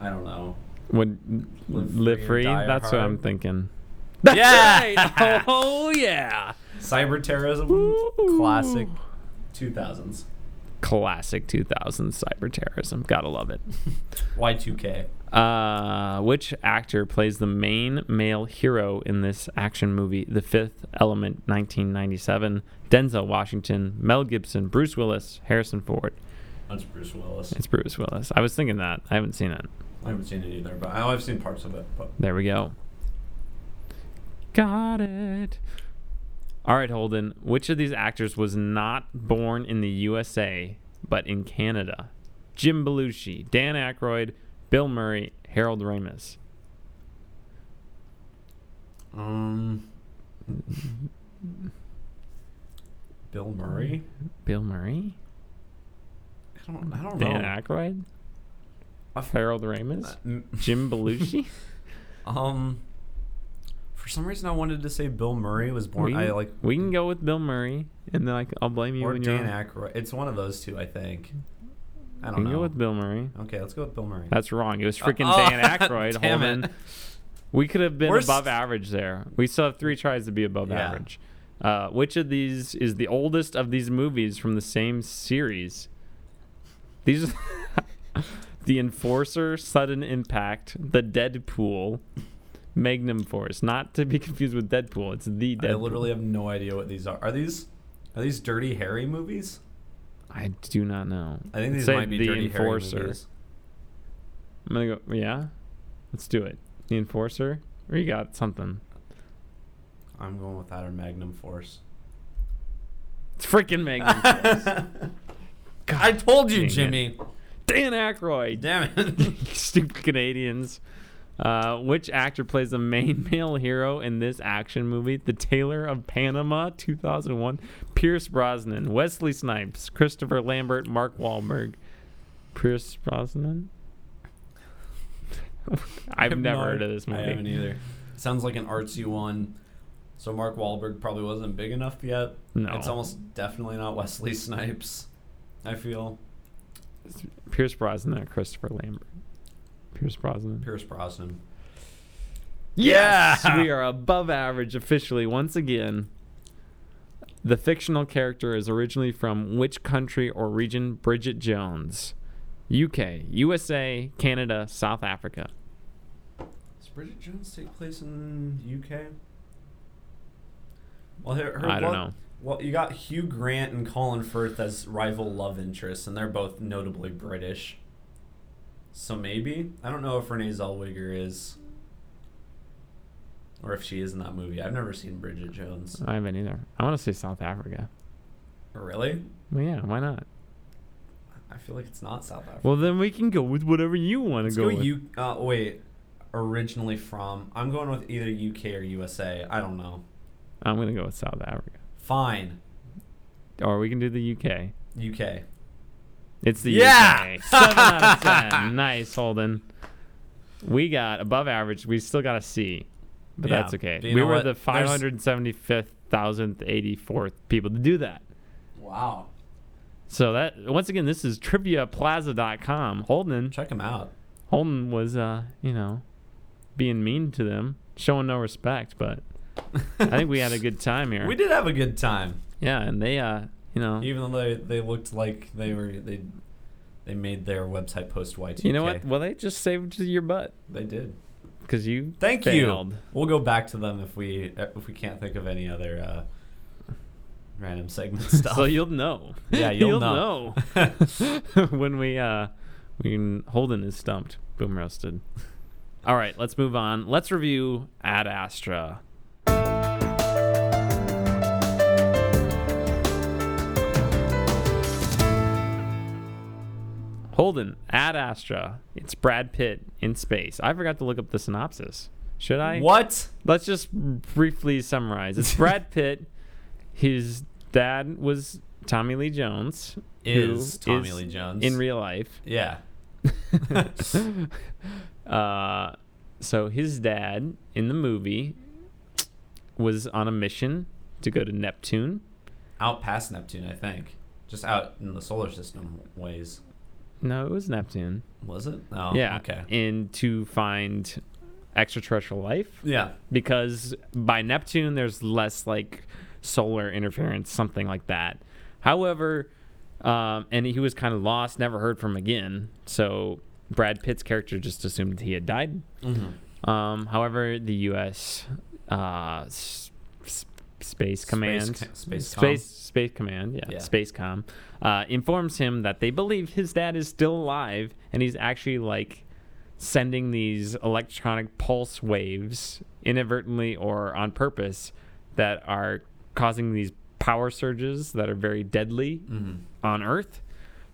Speaker 2: I don't know.
Speaker 1: Would
Speaker 2: Live
Speaker 1: Live,
Speaker 2: Free or
Speaker 1: Free?
Speaker 2: Die
Speaker 1: That's what I'm
Speaker 2: Hard?
Speaker 1: thinking.
Speaker 2: Yeah!
Speaker 1: right! Oh yeah!
Speaker 2: Cyber terrorism,
Speaker 1: Ooh.
Speaker 2: classic 2000s.
Speaker 1: Classic 2000 cyber terrorism. Gotta love it.
Speaker 2: Y2K.
Speaker 1: Uh, which actor plays the main male hero in this action movie, The Fifth Element, 1997? Denzel Washington, Mel Gibson, Bruce Willis, Harrison Ford.
Speaker 2: That's Bruce Willis.
Speaker 1: It's Bruce Willis. I was thinking that. I haven't seen it.
Speaker 2: I haven't seen it either, but I, I've seen parts of it. But
Speaker 1: There we go. Got it. All right, Holden. Which of these actors was not born in the USA but in Canada? Jim Belushi, Dan Aykroyd, Bill Murray, Harold Ramis.
Speaker 2: um, Bill Murray.
Speaker 1: Bill Murray,
Speaker 2: I don't. I don't
Speaker 1: Dan
Speaker 2: know.
Speaker 1: Aykroyd,
Speaker 2: I've-
Speaker 1: Harold Ramis,
Speaker 2: Mm,
Speaker 1: Jim Belushi.
Speaker 2: Um, for some reason I wanted to say Bill Murray was
Speaker 1: we,
Speaker 2: born. I like
Speaker 1: we can go with Bill Murray, and then I, will blame you
Speaker 2: or
Speaker 1: when you're.
Speaker 2: Dan
Speaker 1: wrong.
Speaker 2: Aykroyd. It's one of those two, I think.
Speaker 1: we
Speaker 2: I don't
Speaker 1: can
Speaker 2: know.
Speaker 1: go with Bill Murray.
Speaker 2: okay, let's go with Bill Murray.
Speaker 1: That's wrong. It was
Speaker 2: Uh,
Speaker 1: freaking
Speaker 2: oh,
Speaker 1: Dan Aykroyd,
Speaker 2: damn it.
Speaker 1: Holden. We could have been
Speaker 2: We're s-
Speaker 1: above average there. We still have three tries to be above
Speaker 2: Yeah.
Speaker 1: average. Uh, which of these is the oldest of these movies from the same series? These are The Enforcer, Sudden Impact, The Deadpool, Magnum Force. Not to be confused with Deadpool. It's the Deadpool.
Speaker 2: I literally have no idea what these are. Are these are these Dirty Harry movies?
Speaker 1: I do not know.
Speaker 2: I think
Speaker 1: I'd
Speaker 2: these
Speaker 1: say
Speaker 2: might be
Speaker 1: The
Speaker 2: Dirty
Speaker 1: Enforcer.
Speaker 2: Harry movies.
Speaker 1: I'm gonna go. Yeah, let's do it. The Enforcer. Or you got something.
Speaker 2: I'm going with that or Magnum Force.
Speaker 1: It's freaking Magnum Force.
Speaker 2: I told
Speaker 1: dang
Speaker 2: you,
Speaker 1: it.
Speaker 2: Jimmy.
Speaker 1: Dan Aykroyd.
Speaker 2: Damn it.
Speaker 1: Stupid Canadians. Uh, which actor plays the main male hero in this action movie? The Tailor of Panama, 2001. Pierce Brosnan, Wesley Snipes, Christopher Lambert, Mark Wahlberg. Pierce Brosnan? I've
Speaker 2: have
Speaker 1: never
Speaker 2: no-
Speaker 1: heard of this movie.
Speaker 2: I haven't either. Sounds like an artsy one. So Mark Wahlberg probably wasn't big enough yet.
Speaker 1: No.
Speaker 2: It's almost definitely not Wesley Snipes. I feel
Speaker 1: Pierce Brosnan, or Christopher Lambert. Pierce Brosnan.
Speaker 2: Pierce Brosnan.
Speaker 1: Yes,
Speaker 2: Yeah!
Speaker 1: we are above average officially once again. The fictional character is originally from which country or region? Bridget Jones, UK, USA, Canada, South Africa.
Speaker 2: Does Bridget Jones take place in UK? Well, her, her
Speaker 1: I don't
Speaker 2: one-
Speaker 1: know.
Speaker 2: Well, you got Hugh Grant and Colin Firth as rival love interests, and they're both notably British. So maybe I don't know if Renee Zellweger is, or if she is in that movie. I've never seen Bridget Jones.
Speaker 1: I haven't either. I want to say South Africa.
Speaker 2: Really?
Speaker 1: Well, yeah, why not?
Speaker 2: I feel like it's not South Africa.
Speaker 1: Well, then we can go with whatever you want to
Speaker 2: Let's
Speaker 1: go,
Speaker 2: go
Speaker 1: with.
Speaker 2: U. Uh, wait, originally from. I'm going with either UK or USA. I don't know.
Speaker 1: I'm gonna go with South Africa,
Speaker 2: Fine,
Speaker 1: or we can do the UK.
Speaker 2: UK.
Speaker 1: It's the
Speaker 2: Yeah!
Speaker 1: UK. Seven out of ten. Nice, Holden. We got above average. We still got a C, but
Speaker 2: Yeah,
Speaker 1: that's okay.
Speaker 2: but you
Speaker 1: We
Speaker 2: know
Speaker 1: were
Speaker 2: what?
Speaker 1: the
Speaker 2: There's-
Speaker 1: 575th, 1084th people to do that.
Speaker 2: Wow.
Speaker 1: So that once again, this is TriviaPlaza.com. Holden,
Speaker 2: Check them out.
Speaker 1: Holden was, uh, you know, being mean to them, showing no respect, but I think we had a good time here.
Speaker 2: We did have a good time,
Speaker 1: Yeah, and they, uh, you know, you,
Speaker 2: even though they, they looked like they were they they made their website post Y2K.
Speaker 1: know what? Well, they just saved your butt
Speaker 2: They did.
Speaker 1: because you
Speaker 2: Thank
Speaker 1: failed.
Speaker 2: you. We'll go back to them if we if we can't think of any other uh, random segment stuff.
Speaker 1: So you'll know.
Speaker 2: Yeah, you'll
Speaker 1: know,
Speaker 2: know.
Speaker 1: when we uh when Holden is stumped, boom roasted. All right, let's move on. Let's review Ad Astra. Holden, Ad Astra. It's Brad Pitt in space. I forgot to look up the synopsis. Should I?
Speaker 2: what?
Speaker 1: Let's just briefly summarize. It's Brad Pitt. His dad was Tommy Lee Jones. who
Speaker 2: Is Tommy Lee Jones.
Speaker 1: in real life?
Speaker 2: Yeah.
Speaker 1: Uh, so his dad in the movie was on a mission to go to Neptune.
Speaker 2: out past Neptune, I think. Just out in the solar system ways.
Speaker 1: No, it was Neptune.
Speaker 2: Was it? Oh,
Speaker 1: yeah.
Speaker 2: Okay.
Speaker 1: And to find extraterrestrial life
Speaker 2: Yeah.
Speaker 1: because by Neptune there's less like solar interference, something like that. However, um, and he was kind of lost, never heard from again. So Brad Pitt's character just assumed he had died. Um, however, the U.S. Uh, s- s- Space Command,
Speaker 2: Co- Space Com.
Speaker 1: Space Space Command, yeah,
Speaker 2: Yeah.
Speaker 1: Spacecom, uh, informs him that they believe his dad is still alive, and he's actually like sending these electronic pulse waves inadvertently or on purpose that are causing these power surges that are very deadly
Speaker 2: Mhm.
Speaker 1: on Earth.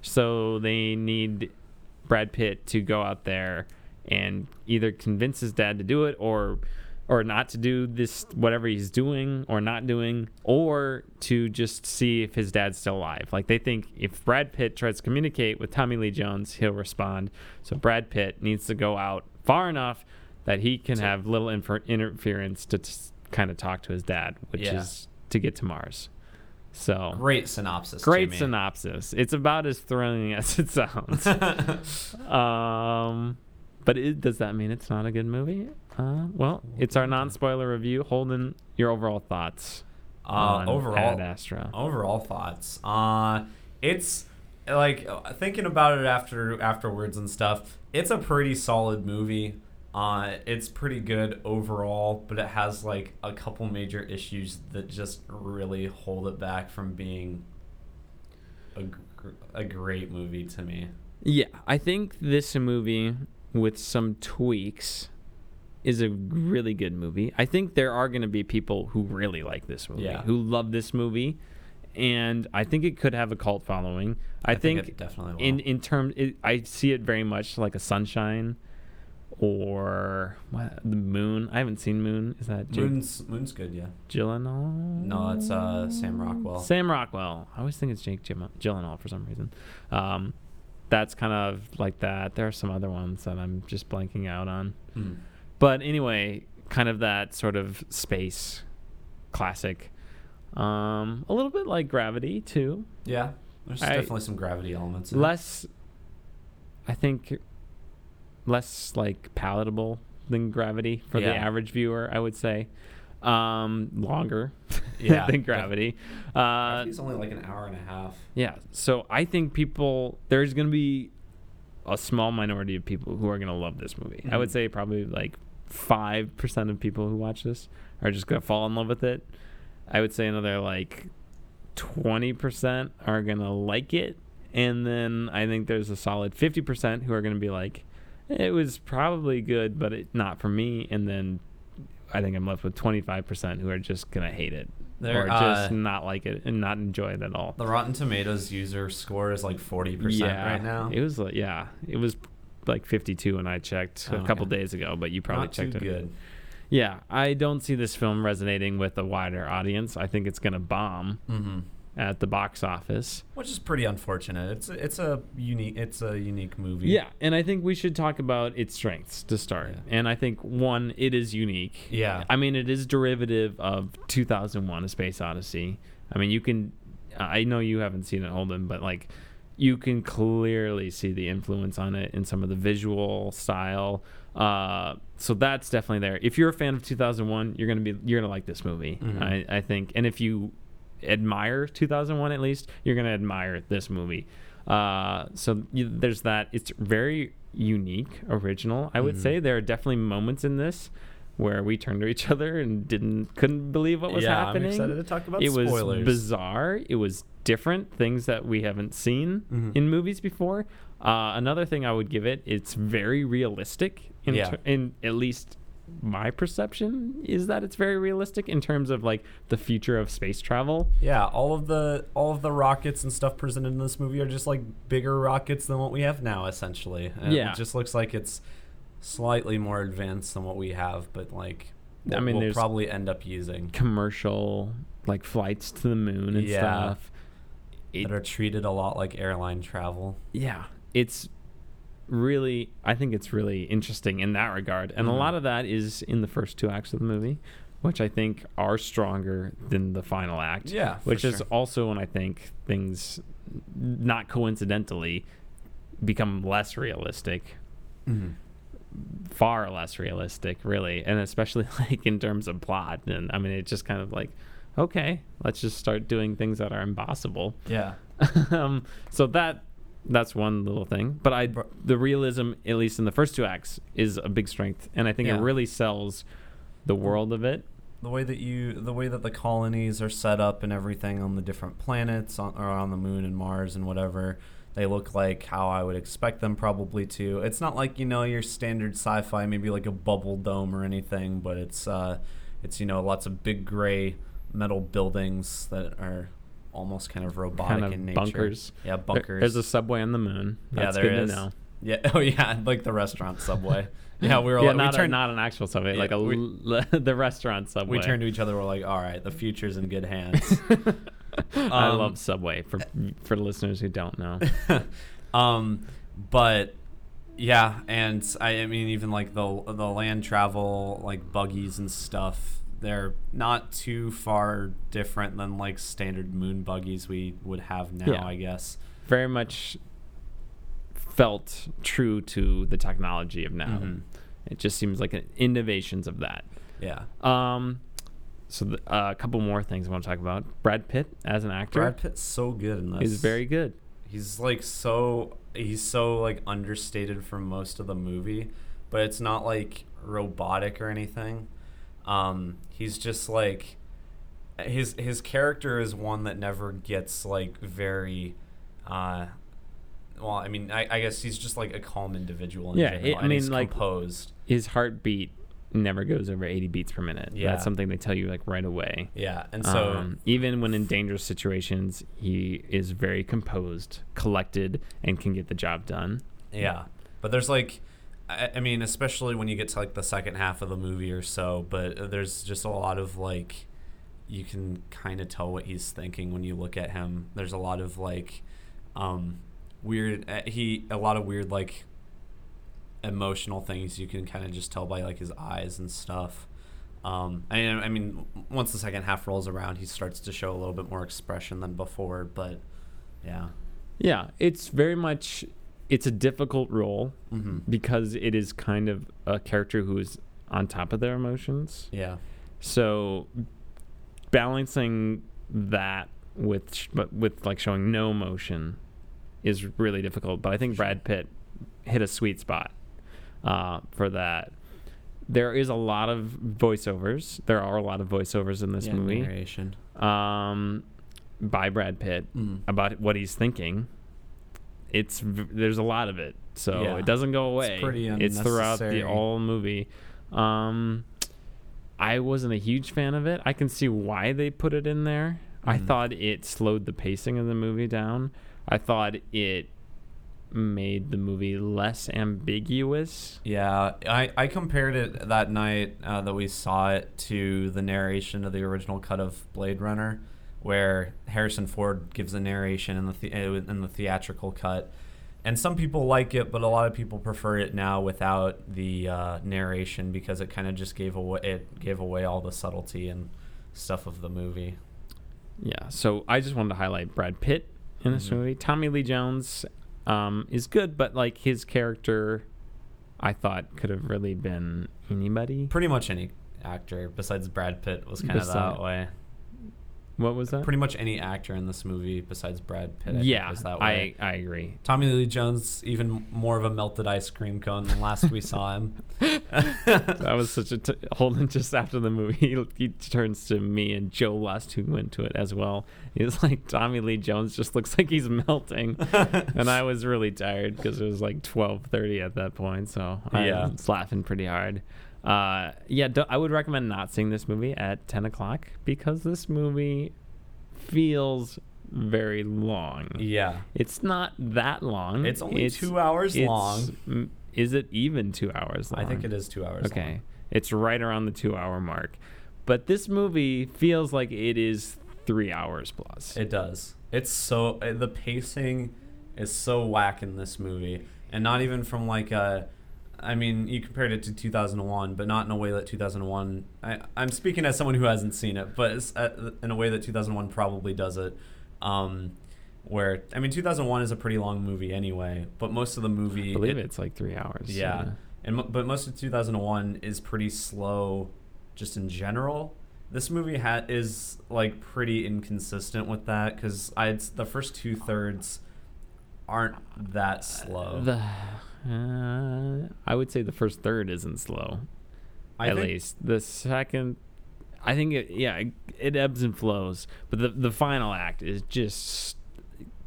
Speaker 1: So they need Brad Pitt to go out there and either convince his dad to do it or or not to do this whatever he's doing or not doing or to just see if his dad's still alive. Like they think if Brad Pitt tries to communicate with Tommy Lee Jones, he'll respond. So Brad Pitt needs to go out far enough that he can have little infer- interference to t- kind of talk to his dad, which
Speaker 2: Yeah.
Speaker 1: is to get to Mars. So
Speaker 2: Great synopsis.
Speaker 1: Great
Speaker 2: Jimmy.
Speaker 1: synopsis. It's about as thrilling as it sounds. um, but it, does that mean it's not a good movie? Uh, well, it's our non-spoiler review. Holden, your overall thoughts
Speaker 2: Uh,
Speaker 1: on
Speaker 2: overall,
Speaker 1: Ad Astra?
Speaker 2: overall thoughts uh it's like uh, thinking about it after afterwards and stuff it's a pretty solid movie uh it's pretty good overall but it has like a couple major issues that just really hold it back from being a, gr- a great movie to me
Speaker 1: Yeah, I think this movie with some tweaks is a really good movie. I think there are going to be people who really like this movie,
Speaker 2: Yeah.
Speaker 1: who love this movie, and I think it could have a cult following. I, think,
Speaker 2: it definitely will.
Speaker 1: in in terms, it, I see it very much like a Sunshine or what, the Moon. I haven't seen Moon. Is that Jake
Speaker 2: moon's moon's good yeah
Speaker 1: Gyllenhaal?
Speaker 2: no it's uh sam rockwell
Speaker 1: Sam Rockwell. I always think it's Jake Gyllen- Gyllenhaal for some reason. Um, that's kind of like that. There are some other ones that I'm just blanking out on.
Speaker 2: Mm.
Speaker 1: But anyway, kind of that sort of space classic. Um, a little bit like Gravity too.
Speaker 2: yeah there's
Speaker 1: I-
Speaker 2: definitely some gravity elements in it.
Speaker 1: Less, I think, less like palatable than Gravity for the
Speaker 2: Yeah.
Speaker 1: average viewer. I would say. Um, longer
Speaker 2: Yeah.
Speaker 1: than Gravity. Uh,
Speaker 2: Gravity's only like an hour and a half
Speaker 1: Yeah. So I think people there's going to be a small minority of people who are going to love this movie. I would
Speaker 2: Mhm.
Speaker 1: say probably like 5% of people who watch this are just going to fall in love with it. I would say another like 20% are going to like it and then I think there's a solid 50% who are going to be like it was probably good but it, not for me and then I think I'm left with 25% who are just going to hate it
Speaker 2: There,
Speaker 1: or just
Speaker 2: uh,
Speaker 1: not like it and not enjoy it at all.
Speaker 2: The Rotten Tomatoes user score is like 40% right now.
Speaker 1: It was like yeah, it was like 52 when I checked a
Speaker 2: Oh,
Speaker 1: couple
Speaker 2: okay.
Speaker 1: days ago, but you probably
Speaker 2: Not
Speaker 1: checked
Speaker 2: too
Speaker 1: it.
Speaker 2: good.
Speaker 1: Yeah, I don't see this film resonating with a wider audience. I think it's going to bomb
Speaker 2: hmm
Speaker 1: at the box office.
Speaker 2: Which is pretty unfortunate. It's it's a unique it's a unique movie.
Speaker 1: Yeah, and I think we should talk about its strengths to start.
Speaker 2: Yeah.
Speaker 1: And I think one, it is unique.
Speaker 2: Yeah.
Speaker 1: I mean, it is derivative of 2001: A Space Odyssey. I mean, you can. I know you haven't seen it, Holden, but like, you can clearly see the influence on it in some of the visual style. Uh, so that's definitely there. If you're a fan of 2001, you're gonna be you're gonna like this movie.
Speaker 2: Mhm.
Speaker 1: I, I think, and if you admire 2001 at least, you're gonna admire this movie. Uh, so you, there's that. It's very unique, original. I would
Speaker 2: Mhm.
Speaker 1: say there are definitely moments in this where we turned to each other and didn't couldn't believe what was
Speaker 2: yeah,
Speaker 1: happening.
Speaker 2: I'm excited to talk about
Speaker 1: it was
Speaker 2: spoilers.
Speaker 1: bizarre. It was different things that we haven't seen
Speaker 2: Mhm.
Speaker 1: in movies before. Uh, another thing I would give it, it's very realistic. In,
Speaker 2: Yeah.
Speaker 1: ter- in at least my perception is that it's very realistic in terms of like the future of space travel.
Speaker 2: yeah, all of the all of the rockets and stuff presented in this movie are just like bigger rockets than what we have now, essentially. And
Speaker 1: Yeah.
Speaker 2: it just looks like it's slightly more advanced than what we have, but like
Speaker 1: I
Speaker 2: what
Speaker 1: mean,
Speaker 2: we'll
Speaker 1: there's-
Speaker 2: probably end up using
Speaker 1: Commercial like flights to the moon and
Speaker 2: Yeah.
Speaker 1: stuff. It-
Speaker 2: that are treated a lot like airline travel.
Speaker 1: yeah, it's really I think it's really interesting in that regard. And a
Speaker 2: Mhm.
Speaker 1: lot of that is in the first two acts of the movie, which I think are stronger than the final act.
Speaker 2: Yeah, for
Speaker 1: Which is
Speaker 2: sure.
Speaker 1: also when I think things not coincidentally become less realistic
Speaker 2: Mhm.
Speaker 1: far less realistic, really, and especially like in terms of plot. And I mean, it's just kind of like, okay, let's just start doing things that are impossible.
Speaker 2: Yeah.
Speaker 1: um, so that that's one little thing. But I,
Speaker 2: Br-
Speaker 1: the realism, at least in the first two acts, is a big strength, and I think
Speaker 2: Yeah.
Speaker 1: it really sells the world of it.
Speaker 2: the way that you the way that the colonies are set up and everything on the different planets on, or on the moon and mars and whatever they look like how i would expect them probably to it's not like you know your standard sci-fi maybe like a bubble dome or anything but it's uh it's you know lots of big gray metal buildings that are almost kind of robotic
Speaker 1: Kind of
Speaker 2: in nature
Speaker 1: bunkers.
Speaker 2: yeah
Speaker 1: There-
Speaker 2: bunkers
Speaker 1: there's a subway on the moon.
Speaker 2: Yeah,
Speaker 1: That's
Speaker 2: there
Speaker 1: good
Speaker 2: is.
Speaker 1: to know.
Speaker 2: yeah oh yeah like the restaurant subway yeah we were
Speaker 1: yeah,
Speaker 2: like
Speaker 1: not,
Speaker 2: we
Speaker 1: a-
Speaker 2: turned
Speaker 1: not an actual subway,
Speaker 2: Yeah,
Speaker 1: like a
Speaker 2: we-
Speaker 1: l- the restaurant subway.
Speaker 2: we turned to each other we're like all right the future's in good hands
Speaker 1: I
Speaker 2: Um,
Speaker 1: love Subway for for listeners who don't know.
Speaker 2: um, but yeah, and I, I mean even like the the land travel like buggies and stuff, they're not too far different than like standard moon buggies we would have now,
Speaker 1: Yeah.
Speaker 2: I guess.
Speaker 1: Very much felt true to the technology of now.
Speaker 2: Mhm.
Speaker 1: It just seems like an innovations of that.
Speaker 2: Yeah.
Speaker 1: Um, so th- uh, a couple more things I want to talk about. Brad Pitt as an actor
Speaker 2: Brad Pitt's so good in this.
Speaker 1: is very good.
Speaker 2: he's like so he's so like understated for most of the movie but it's not like robotic or anything um he's just like his his character is one that never gets like very uh well i mean i, I guess he's just like a calm individual in
Speaker 1: Yeah,
Speaker 2: general,
Speaker 1: it- I
Speaker 2: and he's
Speaker 1: mean, like-
Speaker 2: composed
Speaker 1: His heartbeat never goes over 80 beats per minute.
Speaker 2: Yeah.
Speaker 1: That's something they tell you like right away.
Speaker 2: yeah and so
Speaker 1: um, even when in dangerous situations, he is very composed, collected, and can get the job done.
Speaker 2: Yeah, but there's like, I, I mean, especially when you get to like the second half of the movie or so. But uh, there's just a lot of like, you can kind of tell what he's thinking when you look at him. There's a lot of like, um, weird. Uh, he a lot of weird like, emotional things you can kind of just tell by like his eyes and stuff. Um, I, I mean, once the second half rolls around, he starts to show a little bit more expression than before. But yeah,
Speaker 1: Yeah, it's very much it's a difficult role
Speaker 2: hmm
Speaker 1: because it is kind of a character who is on top of their emotions.
Speaker 2: yeah,
Speaker 1: So balancing that with sh- but with like showing no emotion is really difficult, but I think Brad Pitt hit a sweet spot uh, for that. There is a lot of voiceovers. There are a lot of voiceovers in this
Speaker 2: yeah,
Speaker 1: movie
Speaker 2: narration.
Speaker 1: um, by Brad Pitt
Speaker 2: Mm.
Speaker 1: about what he's thinking. It's v- there's a lot of it, so
Speaker 2: Yeah.
Speaker 1: it doesn't go away.
Speaker 2: pretty
Speaker 1: throughout the
Speaker 2: unnecessary.
Speaker 1: whole movie. Um, I wasn't a huge fan of it. I can see why they put it in there. I
Speaker 2: Mhm.
Speaker 1: thought it slowed the pacing of the movie down. I thought it made the movie less ambiguous.
Speaker 2: Yeah, I, I compared it that night uh, that we saw it to the narration of the original cut of Blade Runner, where Harrison Ford gives the narration in the, the uh, in the theatrical cut, and some people like it, but a lot of people prefer it now without the uh, narration because it kind of just gave away it gave away all the subtlety and stuff of the movie.
Speaker 1: Yeah, so I just wanted to highlight Brad Pitt in this
Speaker 2: Mhm.
Speaker 1: movie. Tommy Lee Jones um, is good, but like his character, I thought could have really been anybody.
Speaker 2: Pretty much any actor besides Brad Pitt was kind of
Speaker 1: Beside-
Speaker 2: that way.
Speaker 1: What was that?
Speaker 2: Pretty much any actor in this movie besides Brad Pitt I think,
Speaker 1: yeah,
Speaker 2: was that way.
Speaker 1: I I agree.
Speaker 2: Tommy Lee Jones even more of a melted ice cream cone than last we saw him.
Speaker 1: That was such a t- Holden just after the movie. He, he turns to me and Joe West, who went to it as well. He's like, Tommy Lee Jones just looks like he's melting, and I was really tired because it was like twelve thirty at that point. So I
Speaker 2: Yeah.
Speaker 1: was laughing pretty hard. Uh, yeah, do- I would recommend not seeing this movie at ten o'clock because this movie feels very long.
Speaker 2: yeah.
Speaker 1: It's not that long.
Speaker 2: It's only two hours
Speaker 1: it's-
Speaker 2: long.
Speaker 1: m- Is it even two hours long?
Speaker 2: I think it is two hours.
Speaker 1: Okay. It's right around the two hour mark. But this movie feels like it is three hours plus.
Speaker 2: It does. It's so uh, the pacing is so whack in this movie, and not even from like a. I mean, you compared it to 2001, but not in a way that 2001. I, I'm speaking as someone who hasn't seen it, but it's, uh, in a way that 2001 probably does it. Um, where I mean, 2001 is a pretty long movie anyway, but most of the movie,
Speaker 1: I believe
Speaker 2: it-
Speaker 1: it's like three hours.
Speaker 2: yeah, and mo- but most of 2001 is pretty slow, just in general. This movie ha- is like pretty inconsistent with that because I the first two thirds aren't that slow.
Speaker 1: The, uh, I would say the first third isn't slow,
Speaker 2: I
Speaker 1: at
Speaker 2: think-
Speaker 1: least. The second, I think, it, yeah, it, it ebbs and flows. But the, the final act is just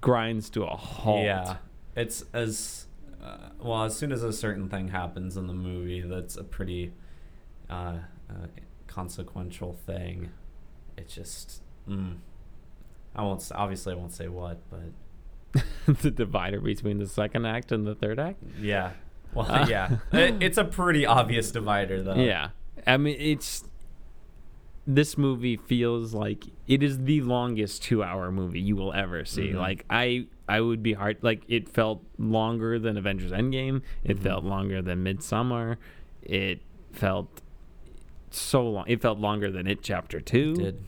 Speaker 1: grinds to a halt.
Speaker 2: Yeah, it's as uh, well as soon as a certain thing happens in the movie that's a pretty uh, uh, consequential thing. It just mm, I won't s- obviously I won't say what, but
Speaker 1: the divider between the second act and the third act.
Speaker 2: Yeah. Well,
Speaker 1: Uh,
Speaker 2: yeah. It, it's a pretty obvious divider, though.
Speaker 1: Yeah. I mean, it's. This movie feels like it is the longest two-hour movie you will ever see.
Speaker 2: Mhm.
Speaker 1: Like I, I would be hard. Like it felt longer than Avengers Endgame. It
Speaker 2: Mhm.
Speaker 1: felt longer than Midsummer. It felt so long. It felt longer than It Chapter Two.
Speaker 2: Did.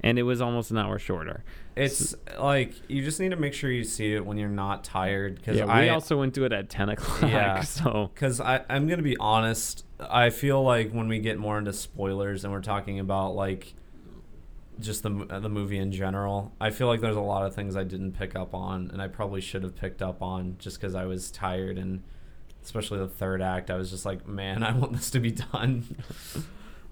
Speaker 1: And it was almost an hour shorter.
Speaker 2: It's like you just need to make sure you see it when you're not tired, because
Speaker 1: Yeah, we
Speaker 2: I
Speaker 1: also went to it at ten o'clock.
Speaker 2: Yeah.
Speaker 1: So
Speaker 2: because I I'm gonna be honest. I feel like when we get more into spoilers and we're talking about like just the mo- the movie in general, I feel like there's a lot of things I didn't pick up on, and I probably should have picked up on just because I was tired and. Especially the third act, I was just like, "Man, I want this to be done."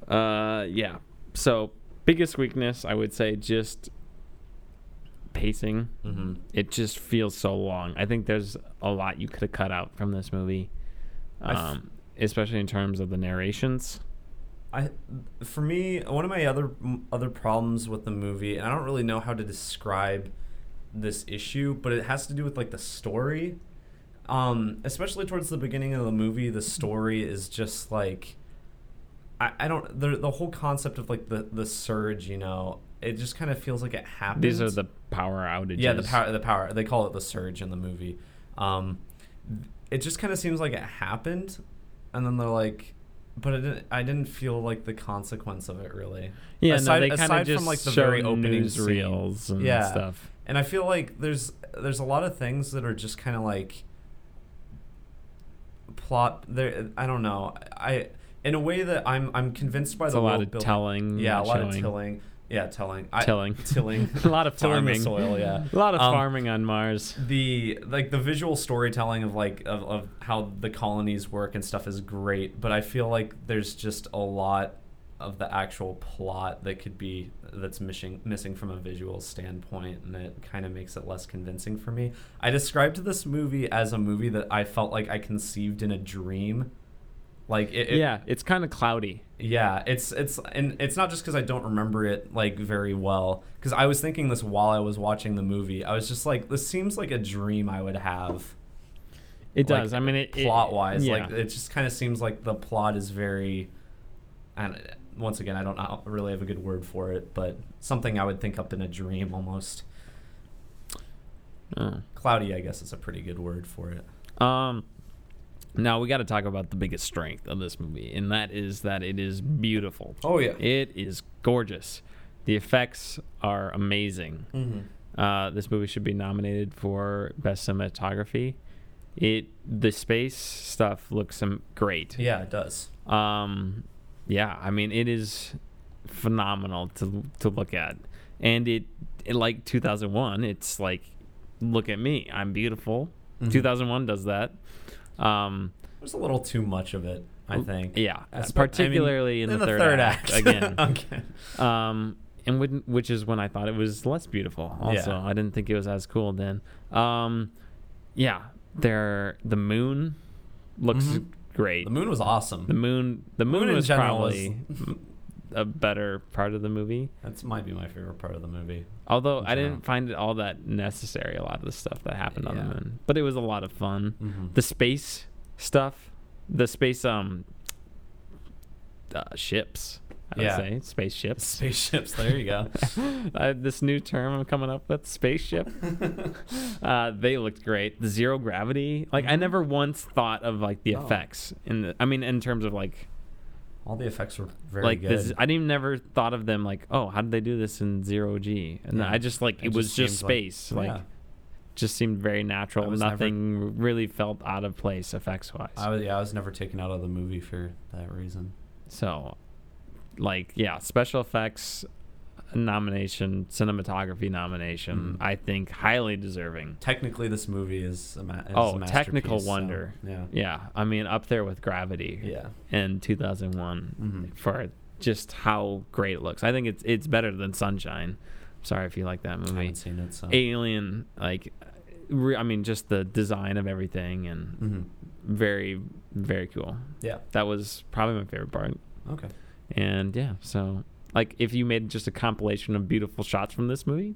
Speaker 1: Uh, yeah. So biggest weakness, I would say, just pacing.
Speaker 2: hmm
Speaker 1: It just feels so long. I think there's a lot you could have cut out from this movie,
Speaker 2: I f-
Speaker 1: um, especially in terms of the narrations.
Speaker 2: I, for me, one of my other m- other problems with the movie, and I don't really know how to describe this issue, but it has to do with like the story. Um, especially towards the beginning of the movie, the story is just like, I, I don't the the whole concept of like the the surge, you know, it just kind of feels like it happens.
Speaker 1: These are the power outages.
Speaker 2: Yeah, the power. The power. They call it the surge in the movie. Um, it just kind of seems like it happened, and then they're like, but I didn't. I didn't feel like the consequence of it really.
Speaker 1: Yeah,
Speaker 2: Aside-
Speaker 1: no, they kind
Speaker 2: aside
Speaker 1: of
Speaker 2: from,
Speaker 1: just
Speaker 2: like, the
Speaker 1: show
Speaker 2: very opening
Speaker 1: newsreels and
Speaker 2: Yeah.
Speaker 1: stuff.
Speaker 2: And I feel like there's there's a lot of things that are just kind of like plot. There, I don't know. I in a way that I'm I'm convinced by
Speaker 1: It's a
Speaker 2: the
Speaker 1: lot
Speaker 2: world
Speaker 1: of
Speaker 2: building.
Speaker 1: telling.
Speaker 2: Yeah, a lot of
Speaker 1: showing.
Speaker 2: tilling. Yeah, telling. I,
Speaker 1: Tilling.
Speaker 2: Tilling.
Speaker 1: a lot of
Speaker 2: Tilling the
Speaker 1: farming.
Speaker 2: soil, yeah.
Speaker 1: a lot of
Speaker 2: Um,
Speaker 1: farming on Mars.
Speaker 2: the like the visual storytelling of like of, of how the colonies work and stuff is great but i feel like there's just a lot of the actual plot that could be that's missing missing from a visual standpoint and it kind of makes it less convincing for me i described this movie as a movie that i felt like i conceived in a dream like it, it-
Speaker 1: yeah, it's kind of cloudy.
Speaker 2: yeah, it's it's and it's not just because I don't remember it like very well. Because I was thinking this while I was watching the movie. I was just like, this seems like a dream I would have.
Speaker 1: It
Speaker 2: like,
Speaker 1: does. I mean, it, it-
Speaker 2: plot wise,
Speaker 1: yeah.
Speaker 2: like it just kind of seems like the plot is very. And once again, I don't know- really have a good word for it, but something I would think up in a dream almost.
Speaker 1: Uh.
Speaker 2: Cloudy, I guess, is a pretty good word for it.
Speaker 1: Um, now we got to talk about the biggest strength of this movie, and that is that it is beautiful.
Speaker 2: Oh yeah.
Speaker 1: It is gorgeous. The effects are amazing.
Speaker 2: mm-hmm.
Speaker 1: Uh, this movie should be nominated for best cinematography. It the space stuff looks um, great.
Speaker 2: Yeah, it does.
Speaker 1: Um, yeah, I mean it is phenomenal to to look at, and it, it like 2001. It's like, look at me, I'm beautiful.
Speaker 2: Mhm.
Speaker 1: 2001 does that. Um,
Speaker 2: There's a little too much of it, I think.
Speaker 1: yeah,
Speaker 2: That's-
Speaker 1: particularly
Speaker 2: I mean,
Speaker 1: in, the third, act, Oh, again.
Speaker 2: okay.
Speaker 1: um, and when, which is when I thought it was less beautiful. Also,
Speaker 2: Yeah.
Speaker 1: I didn't think it was as cool then. Um, yeah, there the moon looks
Speaker 2: Mhm.
Speaker 1: great.
Speaker 2: The moon was awesome.
Speaker 1: The moon, the moon,
Speaker 2: Moon in
Speaker 1: was
Speaker 2: general was-
Speaker 1: probably a better part of the movie.
Speaker 2: That's might be my favorite part of the movie.
Speaker 1: Although
Speaker 2: In
Speaker 1: I
Speaker 2: general.
Speaker 1: didn't find it all that necessary. A lot of the stuff that happened on the
Speaker 2: Yeah.
Speaker 1: moon, but it was a lot of fun.
Speaker 2: Mhm.
Speaker 1: The space stuff, the space um uh, ships. I would
Speaker 2: Yeah.
Speaker 1: say spaceships.
Speaker 2: spaceships. There you go.
Speaker 1: I have this new term I'm coming up with, spaceship. uh, they looked great. The zero gravity, like I
Speaker 2: Mhm.
Speaker 1: never once thought of like the
Speaker 2: Oh.
Speaker 1: effects in the. I mean, in terms of like
Speaker 2: All the effects were very
Speaker 1: like
Speaker 2: good.
Speaker 1: this, I didn't never thought of them like, oh, how did they do this in zero g? And
Speaker 2: Yeah.
Speaker 1: I just like it,
Speaker 2: It
Speaker 1: was
Speaker 2: just
Speaker 1: just
Speaker 2: seems like-
Speaker 1: space, like
Speaker 2: yeah.
Speaker 1: just seemed very
Speaker 2: I
Speaker 1: natural.
Speaker 2: was never-
Speaker 1: Nothing really felt out of place effects wise.
Speaker 2: I was, yeah, I was never taken out of the movie for that reason.
Speaker 1: So, like, yeah, special effects nomination, cinematography nomination,
Speaker 2: Mhm.
Speaker 1: I think highly deserving.
Speaker 2: Technically, this movie is a, ma- is
Speaker 1: Oh,
Speaker 2: a masterpiece,
Speaker 1: technical
Speaker 2: so,
Speaker 1: wonder.
Speaker 2: yeah.
Speaker 1: Yeah, I mean, up there with Gravity
Speaker 2: Yeah.
Speaker 1: and 2001
Speaker 2: Mhm.
Speaker 1: for just how great it looks. I think it's it's better than Sunshine. Sorry if you like that
Speaker 2: I
Speaker 1: movie.
Speaker 2: haven't seen it, so.
Speaker 1: Alien, like, re- I mean, just the design of everything and
Speaker 2: Mhm.
Speaker 1: very, very cool.
Speaker 2: Yeah.
Speaker 1: That was probably my favorite part.
Speaker 2: Okay.
Speaker 1: And yeah, so like if you made just a compilation of beautiful shots from this movie,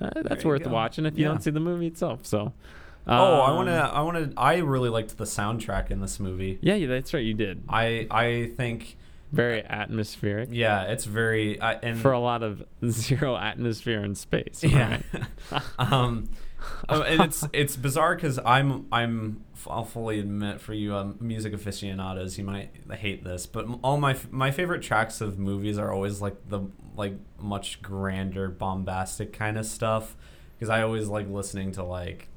Speaker 1: uh, that's
Speaker 2: you
Speaker 1: worth
Speaker 2: go.
Speaker 1: watching if you
Speaker 2: Yeah.
Speaker 1: don't see the movie itself. So.
Speaker 2: oh, I
Speaker 1: um,
Speaker 2: want to. I want to. I really liked the soundtrack in this movie.
Speaker 1: Yeah, yeah, that's right. You did
Speaker 2: I I think
Speaker 1: very atmospheric
Speaker 2: yeah, it's very I and
Speaker 1: for a lot of zero atmosphere in space.
Speaker 2: yeah.
Speaker 1: right?
Speaker 2: um, oh, and it's it's bizarre because I'm I'm I'll fully admit for you um, music aficionados you might hate this, but m- all my f- my favorite tracks of movies are always like the like much grander bombastic kind of stuff because I always like listening to like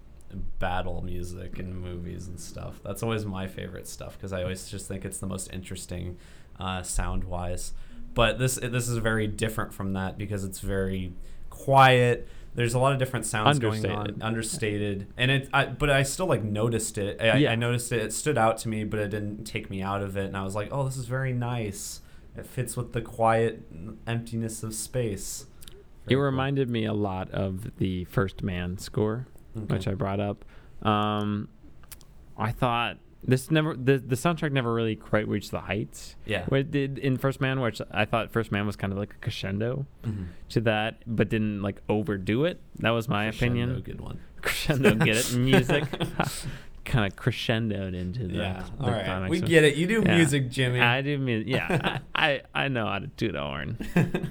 Speaker 2: battle music and movies and stuff. That's always my favorite stuff because I always just think it's the most interesting uh, sound wise. But this this is very different from that because it's very quiet. There's a lot of different sounds going on,
Speaker 1: Understated.
Speaker 2: understated, and it. I, but I still like noticed it. I,
Speaker 1: Yeah.
Speaker 2: I noticed it. It stood out to me, but it didn't take me out of it. And I was like, oh, this is very nice. It fits with the quiet emptiness of space.
Speaker 1: It
Speaker 2: Very cool.
Speaker 1: reminded me a lot of the First Man score,
Speaker 2: Okay.
Speaker 1: which I brought up. Um, I thought this never the the soundtrack never really quite reached the heights.
Speaker 2: Yeah.
Speaker 1: Where it did in First Man, which I thought First Man was kind of like a crescendo
Speaker 2: Mhm.
Speaker 1: to that, but didn't like overdo it. That was my
Speaker 2: Crescendo,
Speaker 1: opinion.
Speaker 2: Good one.
Speaker 1: Crescendo, get it? Music kind of crescendoed into the.
Speaker 2: Yeah.
Speaker 1: the
Speaker 2: All right.
Speaker 1: climax
Speaker 2: We
Speaker 1: of-
Speaker 2: get it. You do
Speaker 1: Yeah.
Speaker 2: music, Jimmy.
Speaker 1: I do mean, yeah. I, I I know how to toot a horn,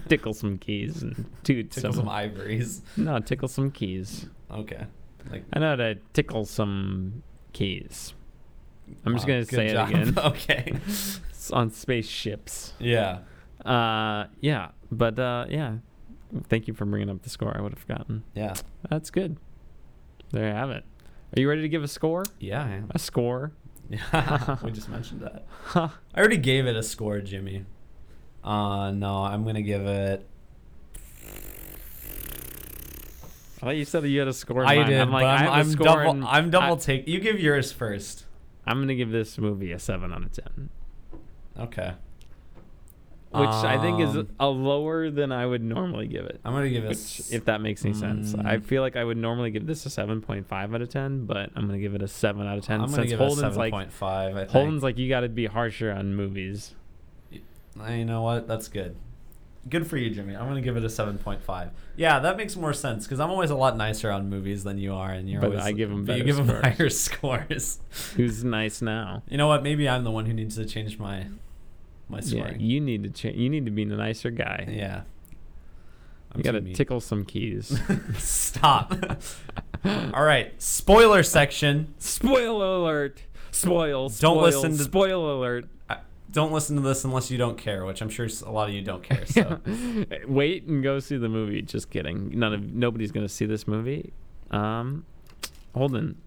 Speaker 1: tickle some keys, and toot
Speaker 2: Tickle some ivories.
Speaker 1: no, tickle some keys.
Speaker 2: Okay. Like
Speaker 1: I know how to tickle some keys. I'm just
Speaker 2: wow,
Speaker 1: gonna
Speaker 2: good
Speaker 1: say
Speaker 2: job.
Speaker 1: it again.
Speaker 2: okay.
Speaker 1: It's on spaceships.
Speaker 2: Yeah.
Speaker 1: Uh, yeah, but uh, yeah. Thank you for bringing up the score. I would have forgotten.
Speaker 2: Yeah.
Speaker 1: That's good. There you have it. Are you ready to give a score?
Speaker 2: Yeah. I am.
Speaker 1: A score?
Speaker 2: Yeah. we just mentioned that. I already gave it a score, Jimmy. Uh no, I'm gonna give it.
Speaker 1: I thought you said that you had a score. in
Speaker 2: I
Speaker 1: mind.
Speaker 2: did,
Speaker 1: I'm like,
Speaker 2: but
Speaker 1: I
Speaker 2: I'm,
Speaker 1: have a
Speaker 2: I'm
Speaker 1: score in-
Speaker 2: double. I'm double
Speaker 1: I-
Speaker 2: take. You give yours first.
Speaker 1: I'm gonna give this movie a seven out of ten,
Speaker 2: Okay.
Speaker 1: which I think is
Speaker 2: Um,
Speaker 1: a lower than I would normally give it.
Speaker 2: I'm gonna give it.
Speaker 1: Which, if that makes any sense, I
Speaker 2: Mm.
Speaker 1: feel like I would normally give this a 7.5 out of 10, but I'm gonna give it a 7 out of 10
Speaker 2: I'm gonna
Speaker 1: since
Speaker 2: give it a
Speaker 1: Holden's
Speaker 2: seven
Speaker 1: like
Speaker 2: point five. I think.
Speaker 1: Holden's like you got to be harsher on movies.
Speaker 2: Uh, You know what? That's good. Good for you, Jimmy. I'm gonna give it a 7.5. Yeah, that makes more sense because I'm always a lot nicer on movies than you are, and you're
Speaker 1: But
Speaker 2: always.
Speaker 1: I give 'em
Speaker 2: but
Speaker 1: better
Speaker 2: you give 'em
Speaker 1: scores.
Speaker 2: higher scores.
Speaker 1: Who's nice now?
Speaker 2: You know what? Maybe I'm the one who needs to change my my
Speaker 1: Yeah,
Speaker 2: scoring.
Speaker 1: you need to change. You need to be the nicer guy.
Speaker 2: Yeah. I'm
Speaker 1: you
Speaker 2: too
Speaker 1: gotta
Speaker 2: mean.
Speaker 1: tickle some keys.
Speaker 2: Stop. All right, spoiler section.
Speaker 1: Spoiler alert! Spoil.
Speaker 2: Don't
Speaker 1: spoil,
Speaker 2: listen to-
Speaker 1: Spoil alert!
Speaker 2: I- Don't listen to this unless you don't care, which I'm sure s- a lot of you don't care. So
Speaker 1: Wait and go see the movie. Just kidding. None of nobody's gonna see this movie. Um, Holden,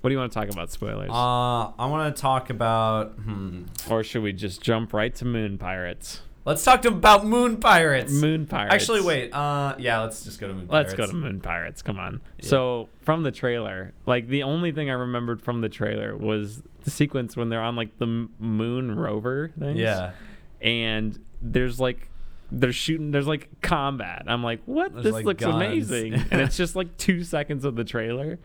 Speaker 1: What do you want to talk about? Spoilers,
Speaker 2: Uh, I want to talk about. Hmm,
Speaker 1: or should we just jump right to Moon Pirates?
Speaker 2: let's talk to about Moon Pirates.
Speaker 1: Moon Pirates.
Speaker 2: Actually, wait. Uh, yeah, let's just go to Moon
Speaker 1: Let's
Speaker 2: Pirates.
Speaker 1: go to Moon Pirates. Come on. So from the trailer, like the only thing I remembered from the trailer was the sequence when they're on like the m- moon rover things.
Speaker 2: Yeah.
Speaker 1: And there's like they're shooting. There's like combat. I'm like, what?
Speaker 2: There's,
Speaker 1: this
Speaker 2: like,
Speaker 1: looks
Speaker 2: guns.
Speaker 1: amazing. and it's just like two seconds of the trailer.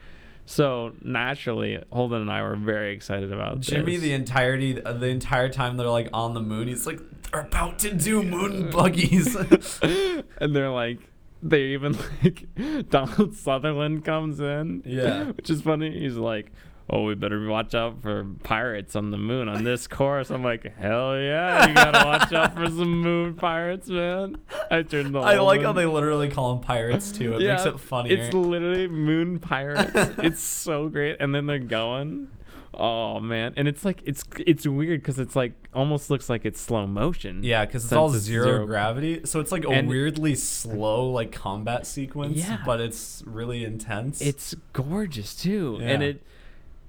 Speaker 1: So naturally, Holden and I were very excited about
Speaker 2: Jimmy,
Speaker 1: this.
Speaker 2: the entirety, uh, the entire time they're like on the moon, he's like, they're about to do moon buggies.
Speaker 1: and they're like they even like Donald Sutherland comes in.
Speaker 2: Yeah.
Speaker 1: Which is funny. He's like, Oh, we better watch out for pirates on the moon on this course. I'm like, Hell yeah, you gotta watch out for some moon pirates, man. I turned the
Speaker 2: I
Speaker 1: whole
Speaker 2: like how
Speaker 1: thing-
Speaker 2: they literally call them pirates too. It makes it funnier.
Speaker 1: It's literally moon pirates. it's so great. And then they're going. Oh man. And it's like it's it's weird because it's like almost looks like it's slow motion.
Speaker 2: yeah, because it's
Speaker 1: since
Speaker 2: all zero,
Speaker 1: zero-
Speaker 2: gravity, so it's like a
Speaker 1: And-
Speaker 2: weirdly slow like combat sequence,
Speaker 1: Yeah.
Speaker 2: but it's really intense.
Speaker 1: it's gorgeous too and
Speaker 2: Yeah.
Speaker 1: it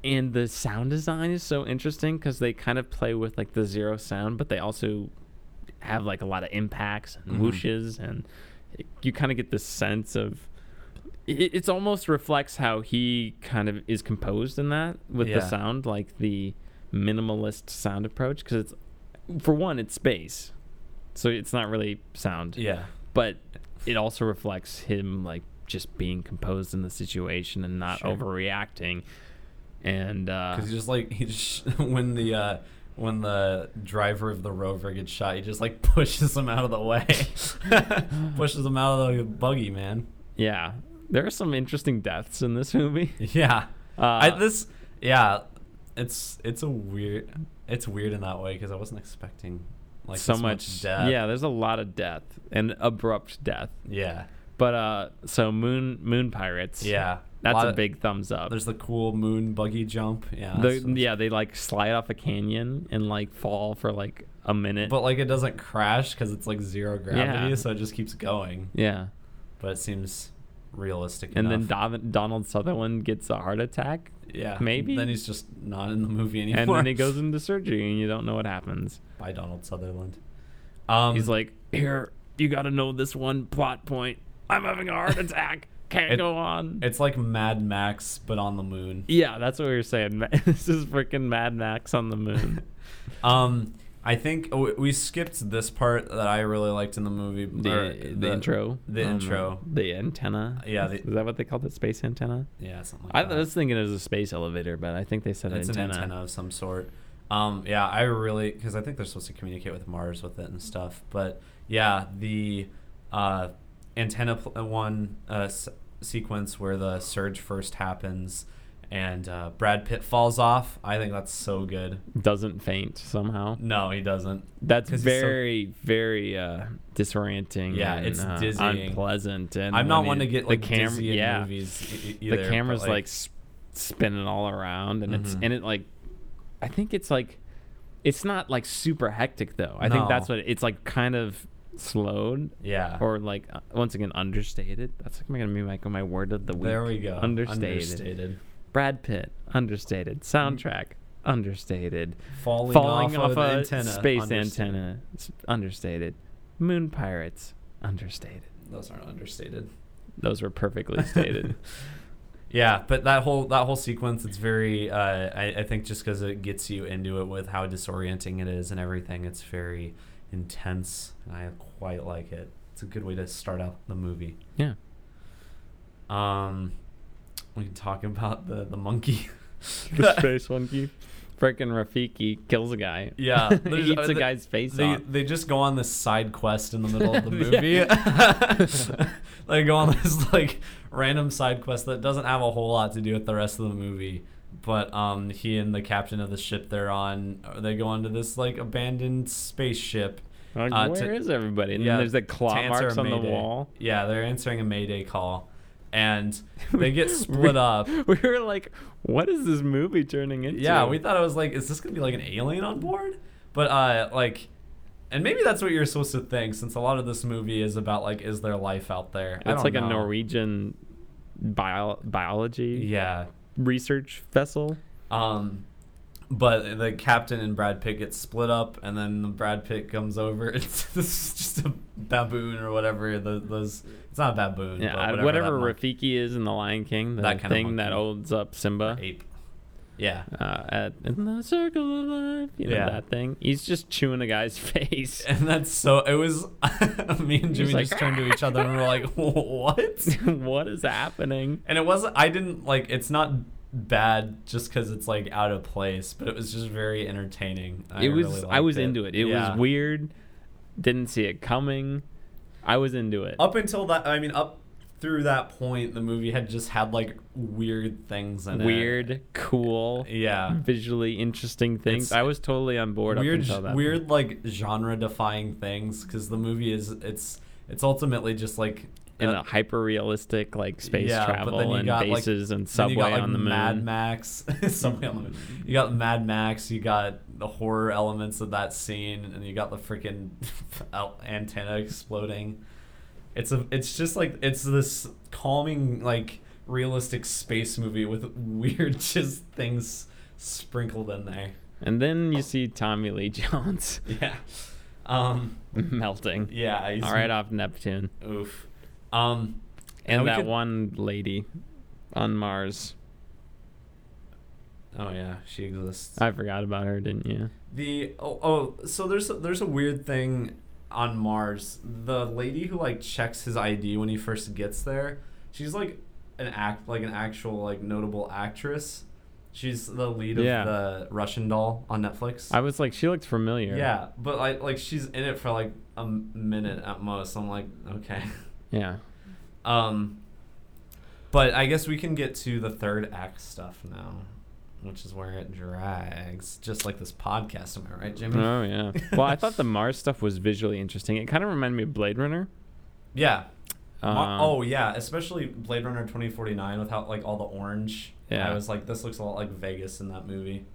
Speaker 1: and the sound design is so interesting because they kind of play with like the zero sound but they also have like a lot of impacts and
Speaker 2: Mhm.
Speaker 1: whooshes and it, you kind of get this sense of it it's almost reflects how he kind of is composed in that with
Speaker 2: Yeah.
Speaker 1: the sound like the minimalist sound approach because it's for one it's space so it's not really sound
Speaker 2: yeah,
Speaker 1: but it also reflects him like just being composed in the situation and not
Speaker 2: Sure.
Speaker 1: overreacting and uh
Speaker 2: because just like he just when the uh, when the driver of the rover gets shot, he just like pushes him out of the way, pushes him out of the buggy, man.
Speaker 1: yeah there are some interesting deaths in this movie
Speaker 2: Yeah,
Speaker 1: uh,
Speaker 2: I, this yeah, it's it's a weird it's weird in that way because I wasn't expecting like
Speaker 1: so
Speaker 2: this
Speaker 1: much,
Speaker 2: death.
Speaker 1: yeah there's a lot of death and abrupt death
Speaker 2: yeah,
Speaker 1: but uh so moon moon pirates
Speaker 2: yeah.
Speaker 1: that's a
Speaker 2: lot-
Speaker 1: big thumbs up
Speaker 2: There's the cool moon buggy jump. Yeah.
Speaker 1: the,
Speaker 2: that's- that's-
Speaker 1: yeah they like slide off a canyon and like fall for like a minute
Speaker 2: But like it doesn't crash because it's like zero gravity,
Speaker 1: Yeah.
Speaker 2: so it just keeps going.
Speaker 1: yeah
Speaker 2: But it seems realistic.
Speaker 1: and then
Speaker 2: enough.
Speaker 1: Don- donald sutherland gets a heart attack
Speaker 2: yeah,
Speaker 1: maybe?
Speaker 2: Then he's just not in the movie anymore.
Speaker 1: and then he goes into surgery and you don't know what happens
Speaker 2: by Donald Sutherland. Um,
Speaker 1: he's like here you gotta know this one plot point i'm having a heart attack can't
Speaker 2: It-
Speaker 1: go on
Speaker 2: it's like Mad Max but on the moon.
Speaker 1: yeah that's what we were saying Ma- this is freaking mad max on the moon
Speaker 2: Um, I think w- we skipped this part that I really liked in the movie.
Speaker 1: the,
Speaker 2: or
Speaker 1: the, intro
Speaker 2: The
Speaker 1: Um,
Speaker 2: intro.
Speaker 1: the antenna
Speaker 2: Yeah,
Speaker 1: is,
Speaker 2: the-
Speaker 1: is that what they called it space antenna
Speaker 2: Yeah, something
Speaker 1: I
Speaker 2: like that.
Speaker 1: was thinking it was a space elevator, but I think they said
Speaker 2: it's
Speaker 1: antenna.
Speaker 2: an antenna of some sort. Um, yeah, I really because I think they're supposed to communicate with Mars with it and stuff. But yeah, the uh, antenna pl- one uh, s- sequence where the surge first happens and uh, Brad Pitt falls off. I think that's so good.
Speaker 1: Doesn't faint somehow.
Speaker 2: No, he doesn't.
Speaker 1: That's
Speaker 2: 'Cause he's so-
Speaker 1: very, very uh, disorienting.
Speaker 2: Yeah,
Speaker 1: and,
Speaker 2: it's
Speaker 1: uh,
Speaker 2: dizzying.
Speaker 1: unpleasant. And
Speaker 2: I'm not
Speaker 1: when
Speaker 2: one
Speaker 1: you-
Speaker 2: to get
Speaker 1: the
Speaker 2: like
Speaker 1: cam-
Speaker 2: dizzy in
Speaker 1: yeah,
Speaker 2: movies. e- e-
Speaker 1: the
Speaker 2: either, but,
Speaker 1: camera's like, s spinning all around, and it's
Speaker 2: Mhm.
Speaker 1: and it like, I think it's like, it's not like super hectic though. I think that's
Speaker 2: No.
Speaker 1: what it's like, kind of slowed
Speaker 2: yeah.
Speaker 1: or like uh, once again understated. That's like gonna be my my word of the week.
Speaker 2: there we go.
Speaker 1: Understated.
Speaker 2: Understated.
Speaker 1: Brad Pitt, understated. Soundtrack,
Speaker 2: Mm-hmm.
Speaker 1: understated.
Speaker 2: Falling,
Speaker 1: falling off,
Speaker 2: off, of
Speaker 1: a
Speaker 2: an antenna.
Speaker 1: space
Speaker 2: understated.
Speaker 1: antenna. It's understated. Moon pirates, understated.
Speaker 2: Those aren't understated.
Speaker 1: Those were perfectly stated.
Speaker 2: Yeah, but that whole that whole sequence, it's very. Uh, I, I think just because it gets you into it with how disorienting it is and everything, it's very intense, and I quite like it. It's a good way to start out the movie.
Speaker 1: yeah.
Speaker 2: Um, we can talk about the the monkey.
Speaker 1: The space monkey. Frickin' Rafiki kills a guy.
Speaker 2: Yeah, there's-
Speaker 1: he eats
Speaker 2: uh,
Speaker 1: a guy's face
Speaker 2: They,
Speaker 1: off.
Speaker 2: they just go on this side quest in the middle of the movie.
Speaker 1: Yeah.
Speaker 2: they go on this like random side quest that doesn't have a whole lot to do with the rest of the movie. But um, he and the captain of the ship they're on, uh, they go onto this like abandoned spaceship.
Speaker 1: Like,
Speaker 2: uh,
Speaker 1: where
Speaker 2: to-
Speaker 1: is everybody? And
Speaker 2: yeah,
Speaker 1: then there's the
Speaker 2: to
Speaker 1: claw
Speaker 2: answer
Speaker 1: marks
Speaker 2: a
Speaker 1: on the
Speaker 2: mayday.
Speaker 1: wall.
Speaker 2: Yeah, they're answering a mayday call, and they get split up.
Speaker 1: We were like, what is this movie turning into?
Speaker 2: Yeah, we thought it was like, is this gonna be like an alien on board? But uh, like, and maybe that's what you're supposed to think, since a lot of this movie is about like, is there life out there? I
Speaker 1: It's
Speaker 2: don't
Speaker 1: like a
Speaker 2: know.
Speaker 1: Norwegian bio- biology
Speaker 2: Yeah,
Speaker 1: research vessel.
Speaker 2: Um, but the captain and Brad Pitt get split up, and then the Brad Pitt comes over. It's this is just a baboon or whatever. The, those it's not a baboon.
Speaker 1: Yeah,
Speaker 2: but
Speaker 1: I-
Speaker 2: whatever,
Speaker 1: whatever,
Speaker 2: that mon-
Speaker 1: Rafiki is in The Lion King, the
Speaker 2: That kind of
Speaker 1: thing that
Speaker 2: monkey.
Speaker 1: holds up Simba
Speaker 2: ape. Yeah,
Speaker 1: uh, at in the circle of life, you know
Speaker 2: Yeah.
Speaker 1: that thing. He's just chewing a guy's face.
Speaker 2: and that's so. It was me and
Speaker 1: He's
Speaker 2: Jimmy
Speaker 1: like,
Speaker 2: just turned to each other and we're like, what?
Speaker 1: what is happening?
Speaker 2: And it wasn't. I didn't like. It's not bad just because it's like out of place, but it was just very entertaining. I
Speaker 1: it was
Speaker 2: really
Speaker 1: I was
Speaker 2: liked
Speaker 1: into it. It
Speaker 2: Yeah.
Speaker 1: was weird. Didn't see it coming. I was into it.
Speaker 2: Up until that, I mean, up through that point, the movie had just had like weird things in
Speaker 1: weird,
Speaker 2: it.
Speaker 1: cool,
Speaker 2: Yeah.
Speaker 1: visually interesting things.
Speaker 2: It's-
Speaker 1: I was totally on board. up
Speaker 2: Weird,
Speaker 1: until that
Speaker 2: weird,
Speaker 1: point.
Speaker 2: like genre-defying things, because the movie is it's it's ultimately just like
Speaker 1: in
Speaker 2: uh,
Speaker 1: a hyper realistic like space
Speaker 2: yeah, but then
Speaker 1: travel
Speaker 2: you
Speaker 1: and
Speaker 2: got, like-
Speaker 1: bases and
Speaker 2: Then
Speaker 1: subway
Speaker 2: you got, like,
Speaker 1: on the moon.
Speaker 2: Mad Max. Subway on the moon. You got Mad Max. You got the horror elements of that scene, and you got the freaking out- antenna exploding. It's a. It's just like it's this calming, like realistic space movie with weird just things sprinkled in there.
Speaker 1: And then you see Tommy Lee Jones
Speaker 2: Yeah. Um.
Speaker 1: melting
Speaker 2: Yeah. he's-
Speaker 1: all right uh, off Neptune,
Speaker 2: Oof. Um.
Speaker 1: and,
Speaker 2: we
Speaker 1: that
Speaker 2: could-
Speaker 1: one lady on Mars.
Speaker 2: Oh yeah, she exists.
Speaker 1: I forgot about her, didn't you?
Speaker 2: The oh, oh so there's a, there's a weird thing on Mars. The lady who like checks his ID when he first gets there, she's like an act like an actual like notable actress. She's the lead of
Speaker 1: Yeah.
Speaker 2: the Russian Doll on Netflix.
Speaker 1: I was like, she looked familiar.
Speaker 2: yeah, but like like she's in it for like a minute at most. I'm like, okay.
Speaker 1: Yeah.
Speaker 2: Um but I guess we can get to the third act stuff now, which is where it drags, just like this podcast, am I right, Jimmy?
Speaker 1: Oh yeah. Well, I thought the Mars stuff was visually interesting. It kind of reminded me of Blade Runner.
Speaker 2: Yeah.
Speaker 1: Um,
Speaker 2: Mar- oh yeah, especially Blade Runner 2049 without like all the orange.
Speaker 1: Yeah.
Speaker 2: I was like this looks a lot like Vegas in that movie.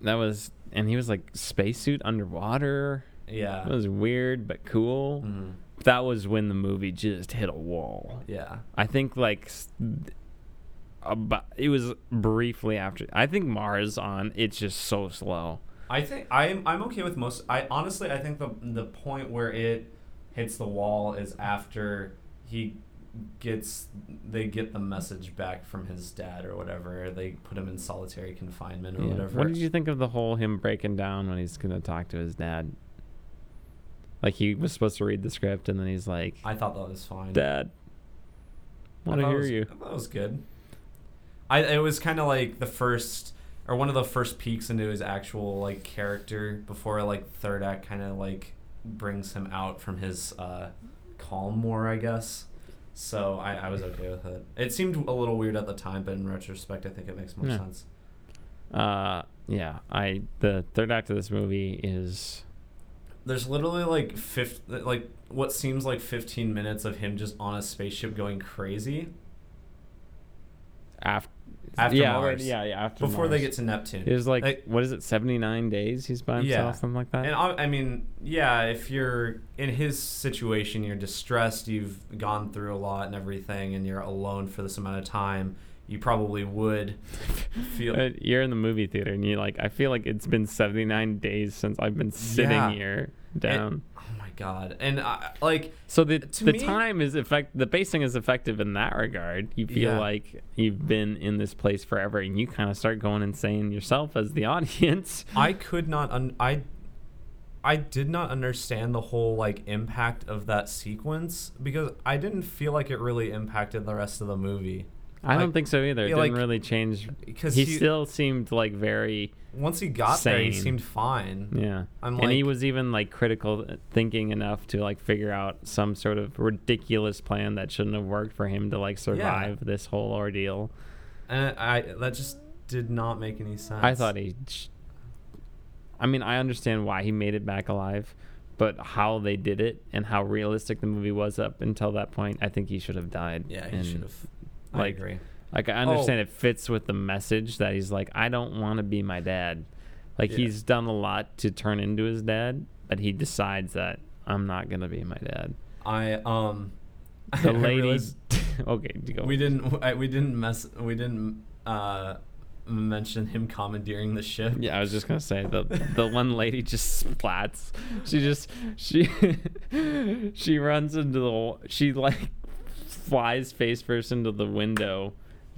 Speaker 1: that was, and he was like spacesuit underwater.
Speaker 2: Yeah.
Speaker 1: It was weird but cool.
Speaker 2: Mhm.
Speaker 1: That was when the movie just hit a wall.
Speaker 2: Yeah.
Speaker 1: I think like s- about it was briefly after. I think Mars on it's just so slow.
Speaker 2: I think I'm I'm okay with most I honestly I think the the point where it hits the wall is after he gets they get the message back from his dad or whatever. They put him in solitary confinement or
Speaker 1: Yeah.
Speaker 2: whatever.
Speaker 1: What did you think of the whole him breaking down when he's gonna talk to his dad? Like he was supposed to read the script and then he's like,
Speaker 2: I thought that was fine.
Speaker 1: "Dad,
Speaker 2: I
Speaker 1: want to
Speaker 2: thought it
Speaker 1: hear
Speaker 2: was-
Speaker 1: you."
Speaker 2: I thought it was good. I it was kind of like the first or one of the first peeks into his actual like character before like third act kind of like brings him out from his uh, calm more, I guess. So I, I was okay with it. It seemed a little weird at the time, but in retrospect, I think it makes more
Speaker 1: Yeah.
Speaker 2: sense.
Speaker 1: Uh, yeah. I the third act of this movie is
Speaker 2: There's literally like fif- like what seems like 15 minutes of him just on a spaceship going crazy
Speaker 1: after
Speaker 2: After
Speaker 1: yeah,
Speaker 2: Mars.
Speaker 1: wait, yeah, yeah, after
Speaker 2: before they
Speaker 1: Mars.
Speaker 2: get to Neptune.
Speaker 1: It was like, what is it, seventy nine days he's by himself,
Speaker 2: Yeah.
Speaker 1: something like that.
Speaker 2: And I, I mean, yeah, if you're in his situation, you're distressed, you've gone through a lot and everything, and you're alone for this amount of time, you probably would feel.
Speaker 1: Uh, You're in the movie theater and you're like, I feel like it's been 79 days since I've been sitting
Speaker 2: Yeah.
Speaker 1: here down.
Speaker 2: oh my god! And I, like,
Speaker 1: so the
Speaker 2: to
Speaker 1: the
Speaker 2: me-
Speaker 1: time is effect the pacing is effective in that regard. You feel
Speaker 2: Yeah.
Speaker 1: like you've been in this place forever and you kind of start going insane yourself as the audience.
Speaker 2: I could not. Un- I, I did not understand the whole like impact of that sequence because I didn't feel like it really impacted the rest of the movie.
Speaker 1: I don't
Speaker 2: Like,
Speaker 1: think so either. It
Speaker 2: yeah,
Speaker 1: didn't
Speaker 2: like,
Speaker 1: really change.
Speaker 2: Because
Speaker 1: he
Speaker 2: he-
Speaker 1: still seemed like very
Speaker 2: Once he got there, he
Speaker 1: Sane.
Speaker 2: seemed fine.
Speaker 1: Yeah.
Speaker 2: I'm
Speaker 1: and he
Speaker 2: like-
Speaker 1: was even like critical uh, thinking enough to like figure out some sort of ridiculous plan that shouldn't have worked for him to like survive this whole ordeal.
Speaker 2: And I that just did not make any sense.
Speaker 1: I thought he j- I mean, I understand why he made it back alive, but how they did it and how realistic the movie was up until that point, I think he should have died.
Speaker 2: Yeah, he
Speaker 1: And,
Speaker 2: should have. I
Speaker 1: like,
Speaker 2: agree.
Speaker 1: Like I
Speaker 2: Oh.
Speaker 1: understand it fits with the message that he's like, I don't want to be my dad. Like
Speaker 2: Yeah.
Speaker 1: he's done a lot to turn into his dad, but he decides that I'm not gonna be my dad.
Speaker 2: I um, I
Speaker 1: the lady
Speaker 2: realized
Speaker 1: okay you go
Speaker 2: we didn't I, we didn't mess we didn't uh, mention him commandeering the ship.
Speaker 1: Yeah, I was just gonna say the the one lady just splats. She just she she runs into the she like flies face first into the window,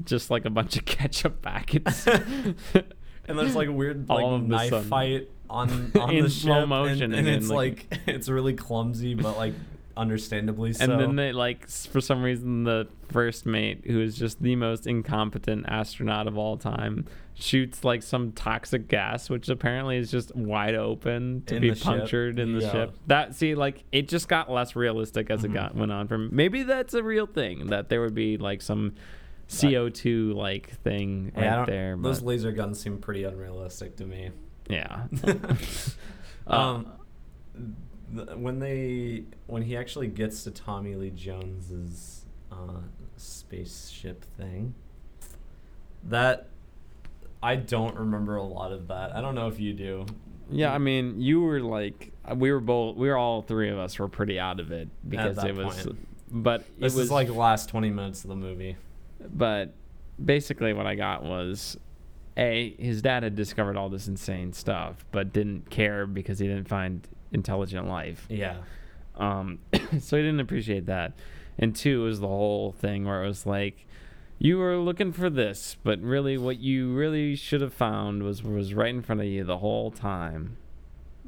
Speaker 1: just like a bunch of ketchup packets.
Speaker 2: and there's like a weird like
Speaker 1: All of the
Speaker 2: knife
Speaker 1: sudden.
Speaker 2: fight on on
Speaker 1: In
Speaker 2: the
Speaker 1: slow
Speaker 2: ship, and-
Speaker 1: motion
Speaker 2: and,
Speaker 1: again,
Speaker 2: it's
Speaker 1: like-
Speaker 2: like, it's really clumsy, but like understandably so.
Speaker 1: And then they like s- for some reason the first mate, who is just the most incompetent astronaut of all time, shoots like some toxic gas, which apparently is just wide open to
Speaker 2: In
Speaker 1: be
Speaker 2: the ship.
Speaker 1: punctured in the
Speaker 2: Yeah.
Speaker 1: ship. That see, like it just got less realistic as it
Speaker 2: Mhm.
Speaker 1: got went on. From maybe that's a real thing that there would be like some CO two like thing
Speaker 2: Yeah, I
Speaker 1: right
Speaker 2: don't-
Speaker 1: there. But,
Speaker 2: Those laser guns seem pretty unrealistic to me.
Speaker 1: yeah. Uh,
Speaker 2: um, th- when they when he actually gets to Tommy Lee Jones's uh, spaceship thing, that I don't remember a lot of that. I don't know if you do.
Speaker 1: Yeah, I mean, you were like, uh, we were both, we were all three of us were pretty out of it because
Speaker 2: that
Speaker 1: it was,
Speaker 2: point.
Speaker 1: but it
Speaker 2: this
Speaker 1: was
Speaker 2: is like the last twenty minutes of the movie.
Speaker 1: but basically what I got was, a his dad had discovered all this insane stuff, but didn't care because he didn't find intelligent life.
Speaker 2: Yeah,
Speaker 1: Um, so I didn't appreciate that. And two was the whole thing where it was like, you were looking for this, but really what you really should have found was was right in front of you the whole time.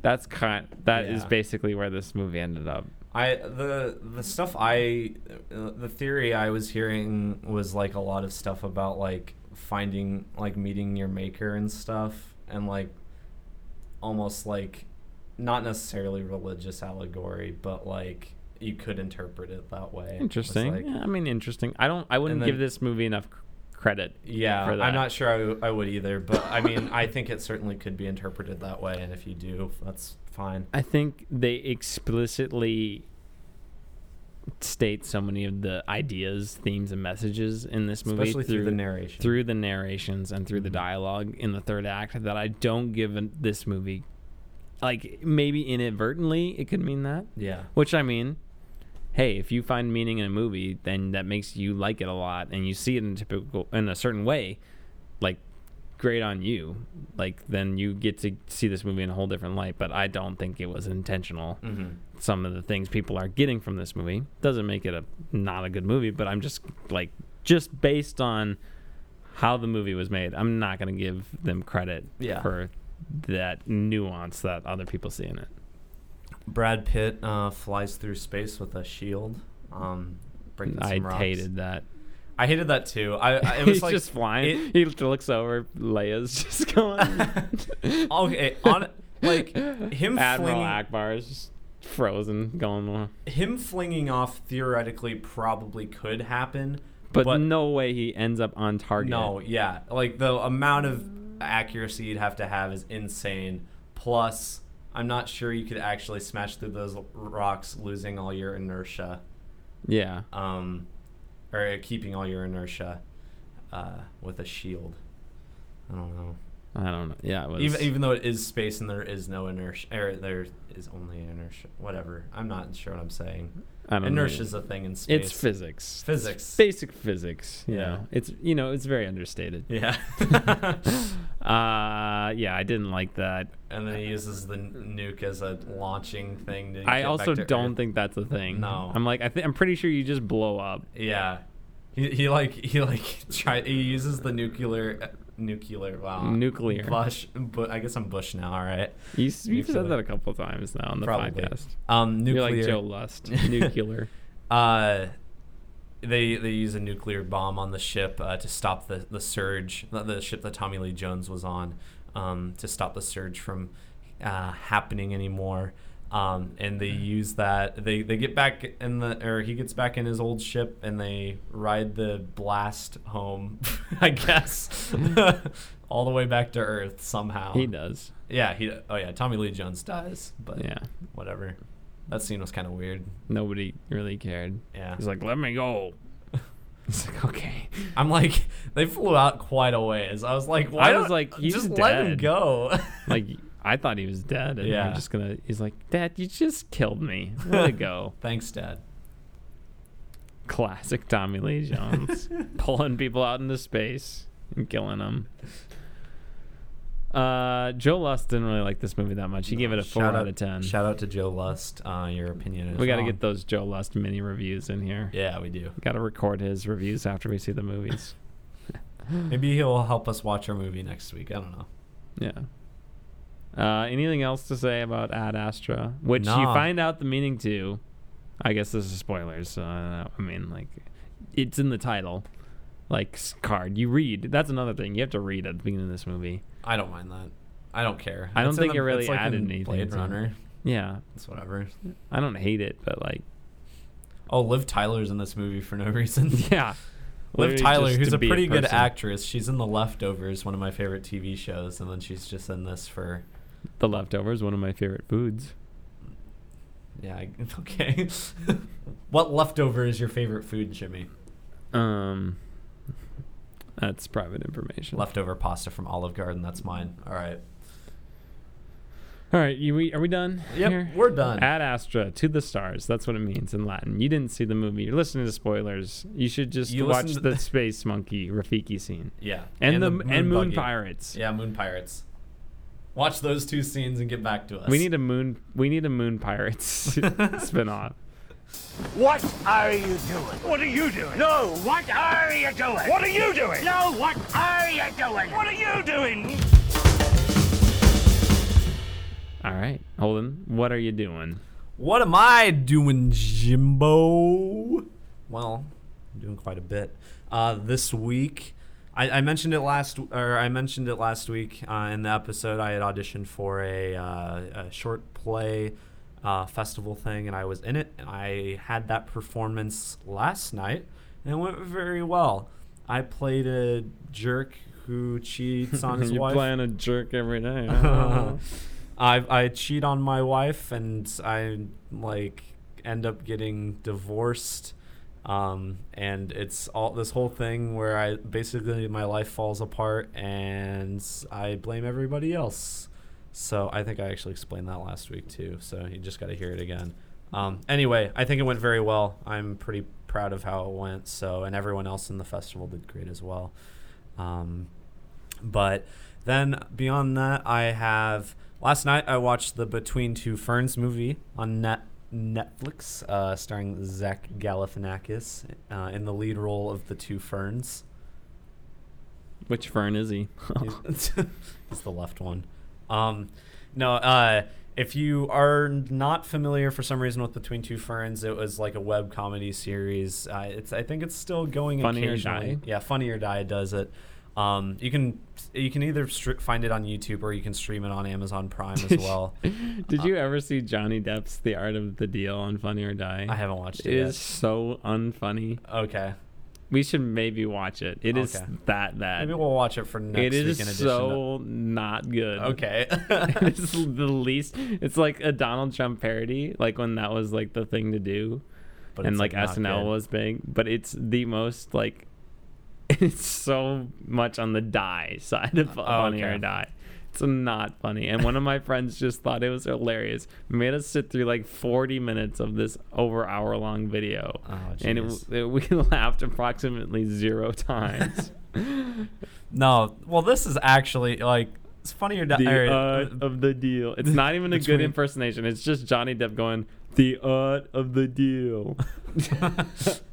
Speaker 1: That's kind. That is
Speaker 2: Yeah.
Speaker 1: basically where this movie ended up.
Speaker 2: I the the stuff I uh, the theory I was hearing was like a lot of stuff about like finding like meeting your maker and stuff and like almost like not necessarily religious allegory but like you could interpret it that way. It was,
Speaker 1: Interesting.
Speaker 2: like-
Speaker 1: yeah, I mean, interesting. I don't. I wouldn't
Speaker 2: then-
Speaker 1: give this movie enough c- credit.
Speaker 2: yeah,
Speaker 1: for that.
Speaker 2: I'm not sure I w- I would either, but I mean, I think it certainly could be interpreted that way, and if you do, that's fine.
Speaker 1: I think they explicitly state so many of the ideas, themes, and messages in this movie
Speaker 2: Especially through, the narration.
Speaker 1: through the narrations and through the dialogue in the third act that I don't give an- this movie like maybe inadvertently it could mean that
Speaker 2: yeah.
Speaker 1: which I mean hey if you find meaning in a movie then that makes you like it a lot and you see it in typical in a certain way like great on you like then you get to see this movie in a whole different light but I don't think it was intentional
Speaker 2: Mm-hmm.
Speaker 1: some of the things people are getting from this movie doesn't make it a not a good movie but i'm just like just based on how the movie was made i'm not going to give them credit
Speaker 2: Yeah.
Speaker 1: for that nuance that other people see in it
Speaker 2: Brad Pitt uh, flies through space with a shield, um, breaking some
Speaker 1: i
Speaker 2: rocks.
Speaker 1: hated that
Speaker 2: I hated that too. I, I it was
Speaker 1: he's
Speaker 2: like
Speaker 1: just flying
Speaker 2: it-
Speaker 1: he looks over leia's just going
Speaker 2: oh, okay, on like him
Speaker 1: admiral
Speaker 2: flinging
Speaker 1: akbar is just frozen going on
Speaker 2: him flinging off theoretically probably could happen,
Speaker 1: but,
Speaker 2: but,
Speaker 1: no way he ends up on target
Speaker 2: no, yeah, like the amount of accuracy you'd have to have is insane. Plus, I'm not sure you could actually smash through those rocks, losing all your inertia.
Speaker 1: yeah
Speaker 2: um, or keeping all your inertia uh, with a shield. I don't know.
Speaker 1: i don't know yeah it was
Speaker 2: Even, even though it is space and there is no inertia, or there is only inertia. Whatever. I'm not sure what I'm saying.
Speaker 1: I don't know.
Speaker 2: Inertia is a thing in space.
Speaker 1: It's physics.
Speaker 2: Physics.
Speaker 1: Basic physics. You
Speaker 2: Yeah.
Speaker 1: know, it's you know, it's very understated.
Speaker 2: yeah.
Speaker 1: Uh, yeah, I didn't like that.
Speaker 2: and then he uses the n- nuke as a launching thing. To get
Speaker 1: I
Speaker 2: back
Speaker 1: also
Speaker 2: to
Speaker 1: don't
Speaker 2: Earth.
Speaker 1: think that's a thing.
Speaker 2: No.
Speaker 1: I'm like I th- I'm pretty sure you just blow up.
Speaker 2: Yeah. He, he like he like try he uses the nuclear uh, nuclear wow
Speaker 1: Nuclear.
Speaker 2: Bush, but I guess I'm Bush now. All right.
Speaker 1: You, s- you've
Speaker 2: Nuclear.
Speaker 1: said that a couple times now on the
Speaker 2: Probably.
Speaker 1: podcast.
Speaker 2: Um, nuclear.
Speaker 1: You're like Joe Lust. Nuclear.
Speaker 2: Uh, they they use a nuclear bomb on the ship uh, to stop the the surge. The, the ship that Tommy Lee Jones was on, um, to stop the surge from uh, happening anymore. Um, and they
Speaker 1: Mm.
Speaker 2: use that. They they get back in the or he gets back in his old ship and they ride the blast home. I guess all the way back to Earth somehow.
Speaker 1: he does.
Speaker 2: Yeah. He. Oh yeah. Tommy Lee Jones dies. But
Speaker 1: Yeah.
Speaker 2: Whatever. That scene was kind of weird.
Speaker 1: Nobody really cared.
Speaker 2: Yeah.
Speaker 1: He's like, let me go. It's like okay.
Speaker 2: I'm like, they flew out quite a ways. I was like, why
Speaker 1: I was
Speaker 2: don't-
Speaker 1: like, he's
Speaker 2: just let him
Speaker 1: dead.
Speaker 2: go.
Speaker 1: Like I thought he was dead. And yeah.
Speaker 2: Yeah.
Speaker 1: I'm just gonna. He's like, Dad, you just killed me. Let it go.
Speaker 2: thanks, Dad.
Speaker 1: Classic Tommy Lee Jones pulling people out into space. and killing them. Uh, Joe Lust didn't really like this movie that much. He gave it a four
Speaker 2: Shout
Speaker 1: out, of ten.
Speaker 2: Shout out to Joe Lust. Uh, your opinion is
Speaker 1: we got to
Speaker 2: wrong.
Speaker 1: get those Joe Lust mini reviews in here.
Speaker 2: Yeah, we do.
Speaker 1: Got to record his reviews after we see the movies.
Speaker 2: Maybe he'll help us watch our movie next week. I don't know.
Speaker 1: yeah. Uh, anything else to say about Ad Astra, which you
Speaker 2: Nah.
Speaker 1: find out the meaning to? I guess this is spoilers. So I, don't know. I mean, like, it's in the title, like s- card. You read. That's another thing. You have to read at the beginning of this movie.
Speaker 2: I don't mind that. I don't care.
Speaker 1: I don't
Speaker 2: It's in
Speaker 1: think it really
Speaker 2: it's like
Speaker 1: added
Speaker 2: in
Speaker 1: anything
Speaker 2: Blade
Speaker 1: to it.
Speaker 2: Runner.
Speaker 1: Yeah,
Speaker 2: It's whatever.
Speaker 1: I don't hate it, but like,
Speaker 2: Oh, Liv Tyler's in this movie for no reason.
Speaker 1: yeah.
Speaker 2: Liv
Speaker 1: Literally
Speaker 2: Tyler,
Speaker 1: just
Speaker 2: who's
Speaker 1: to
Speaker 2: a
Speaker 1: be
Speaker 2: pretty good
Speaker 1: person.
Speaker 2: actress. She's in The Leftovers, one of my favorite TV shows, and then she's just in this for.
Speaker 1: The leftovers, one of my favorite foods.
Speaker 2: Yeah, I, okay. what leftover is your favorite food, Jimmy?
Speaker 1: Um, that's private information.
Speaker 2: Leftover pasta from Olive Garden. That's mine. All right.
Speaker 1: All right, you, we, are we done?
Speaker 2: Yep,
Speaker 1: here?
Speaker 2: we're done.
Speaker 1: Ad Astra to the stars. That's what it means in Latin. You didn't see the movie. You're listening to spoilers. You should just
Speaker 2: You
Speaker 1: watch
Speaker 2: listen to-
Speaker 1: the space monkey Rafiki scene
Speaker 2: Yeah.
Speaker 1: and, the, and moon
Speaker 2: buggy.
Speaker 1: pirates.
Speaker 2: Yeah, moon pirates. Watch those two scenes and get back to us.
Speaker 1: We need a moon. We need a moon pirates spinoff.
Speaker 3: What are you doing? What are you doing? No, what are you doing? What are you doing? No, what are you doing? What are you doing?
Speaker 1: All right, Holden, what are you doing?
Speaker 2: What am I doing, Jimbo? Well, I'm doing quite a bit. Uh, this week, I, I mentioned it last, or I mentioned it last week uh, in the episode. I had auditioned for a, uh, a short play uh, festival thing, and I was in it. And I had that performance last night, and it went very well. I played a jerk who cheats on his
Speaker 1: You're
Speaker 2: wife.
Speaker 1: playing a jerk every day.
Speaker 2: I I cheat on my wife and I like end up getting divorced. Um, and it's all this whole thing where I basically my life falls apart and I blame everybody else. So I think I actually explained that last week too. So you just got to hear it again. Um, anyway, I think it went very well. I'm pretty proud of how it went. So and everyone else in the festival did great as well. Um, but then beyond that, I have last night I watched the Between Two Ferns movie on net Netflix, uh, starring Zach Galifianakis uh, in the lead role of the two ferns.
Speaker 1: Which fern is he?
Speaker 2: He's he's the left one. Um, no, uh, if you are not familiar for some reason with Between Two Ferns, it was like a web comedy series. Uh, it's I think it's still going
Speaker 1: Funny or
Speaker 2: occasionally.
Speaker 1: Die?
Speaker 2: Yeah, Funny or Die does it. Um, you can you can either str- find it on YouTube or you can stream it on Amazon Prime as well.
Speaker 1: Did you ever see Johnny Depp's The Art of the Deal on Funny or Die?
Speaker 2: I haven't watched
Speaker 1: It
Speaker 2: it.
Speaker 1: is
Speaker 2: Yet.
Speaker 1: so unfunny.
Speaker 2: Okay,
Speaker 1: We should maybe watch it. It is
Speaker 2: Okay.
Speaker 1: that bad.
Speaker 2: maybe we'll watch it for next
Speaker 1: It
Speaker 2: week. In
Speaker 1: is
Speaker 2: addition,
Speaker 1: so not good.
Speaker 2: to- okay.
Speaker 1: it's the least. It's like a Donald Trump parody, like when that was like the thing to do,
Speaker 2: But
Speaker 1: and
Speaker 2: it's,
Speaker 1: like,
Speaker 2: not
Speaker 1: SNL
Speaker 2: good.
Speaker 1: was big. But it's the most like, it's so much on the die side of Funny
Speaker 2: okay.
Speaker 1: or Die. It's not funny. And one of my friends just thought it was hilarious. Made us sit through like 40 minutes of this over hour long video.
Speaker 2: Oh,
Speaker 1: and it,
Speaker 2: jeez.
Speaker 1: it, we laughed approximately zero times.
Speaker 2: No, well, this is actually like it's funny or not.
Speaker 1: the
Speaker 2: or-
Speaker 1: art of the deal. It's not even a good
Speaker 2: Between-
Speaker 1: impersonation. It's just Johnny Depp going, the art of the deal. uh,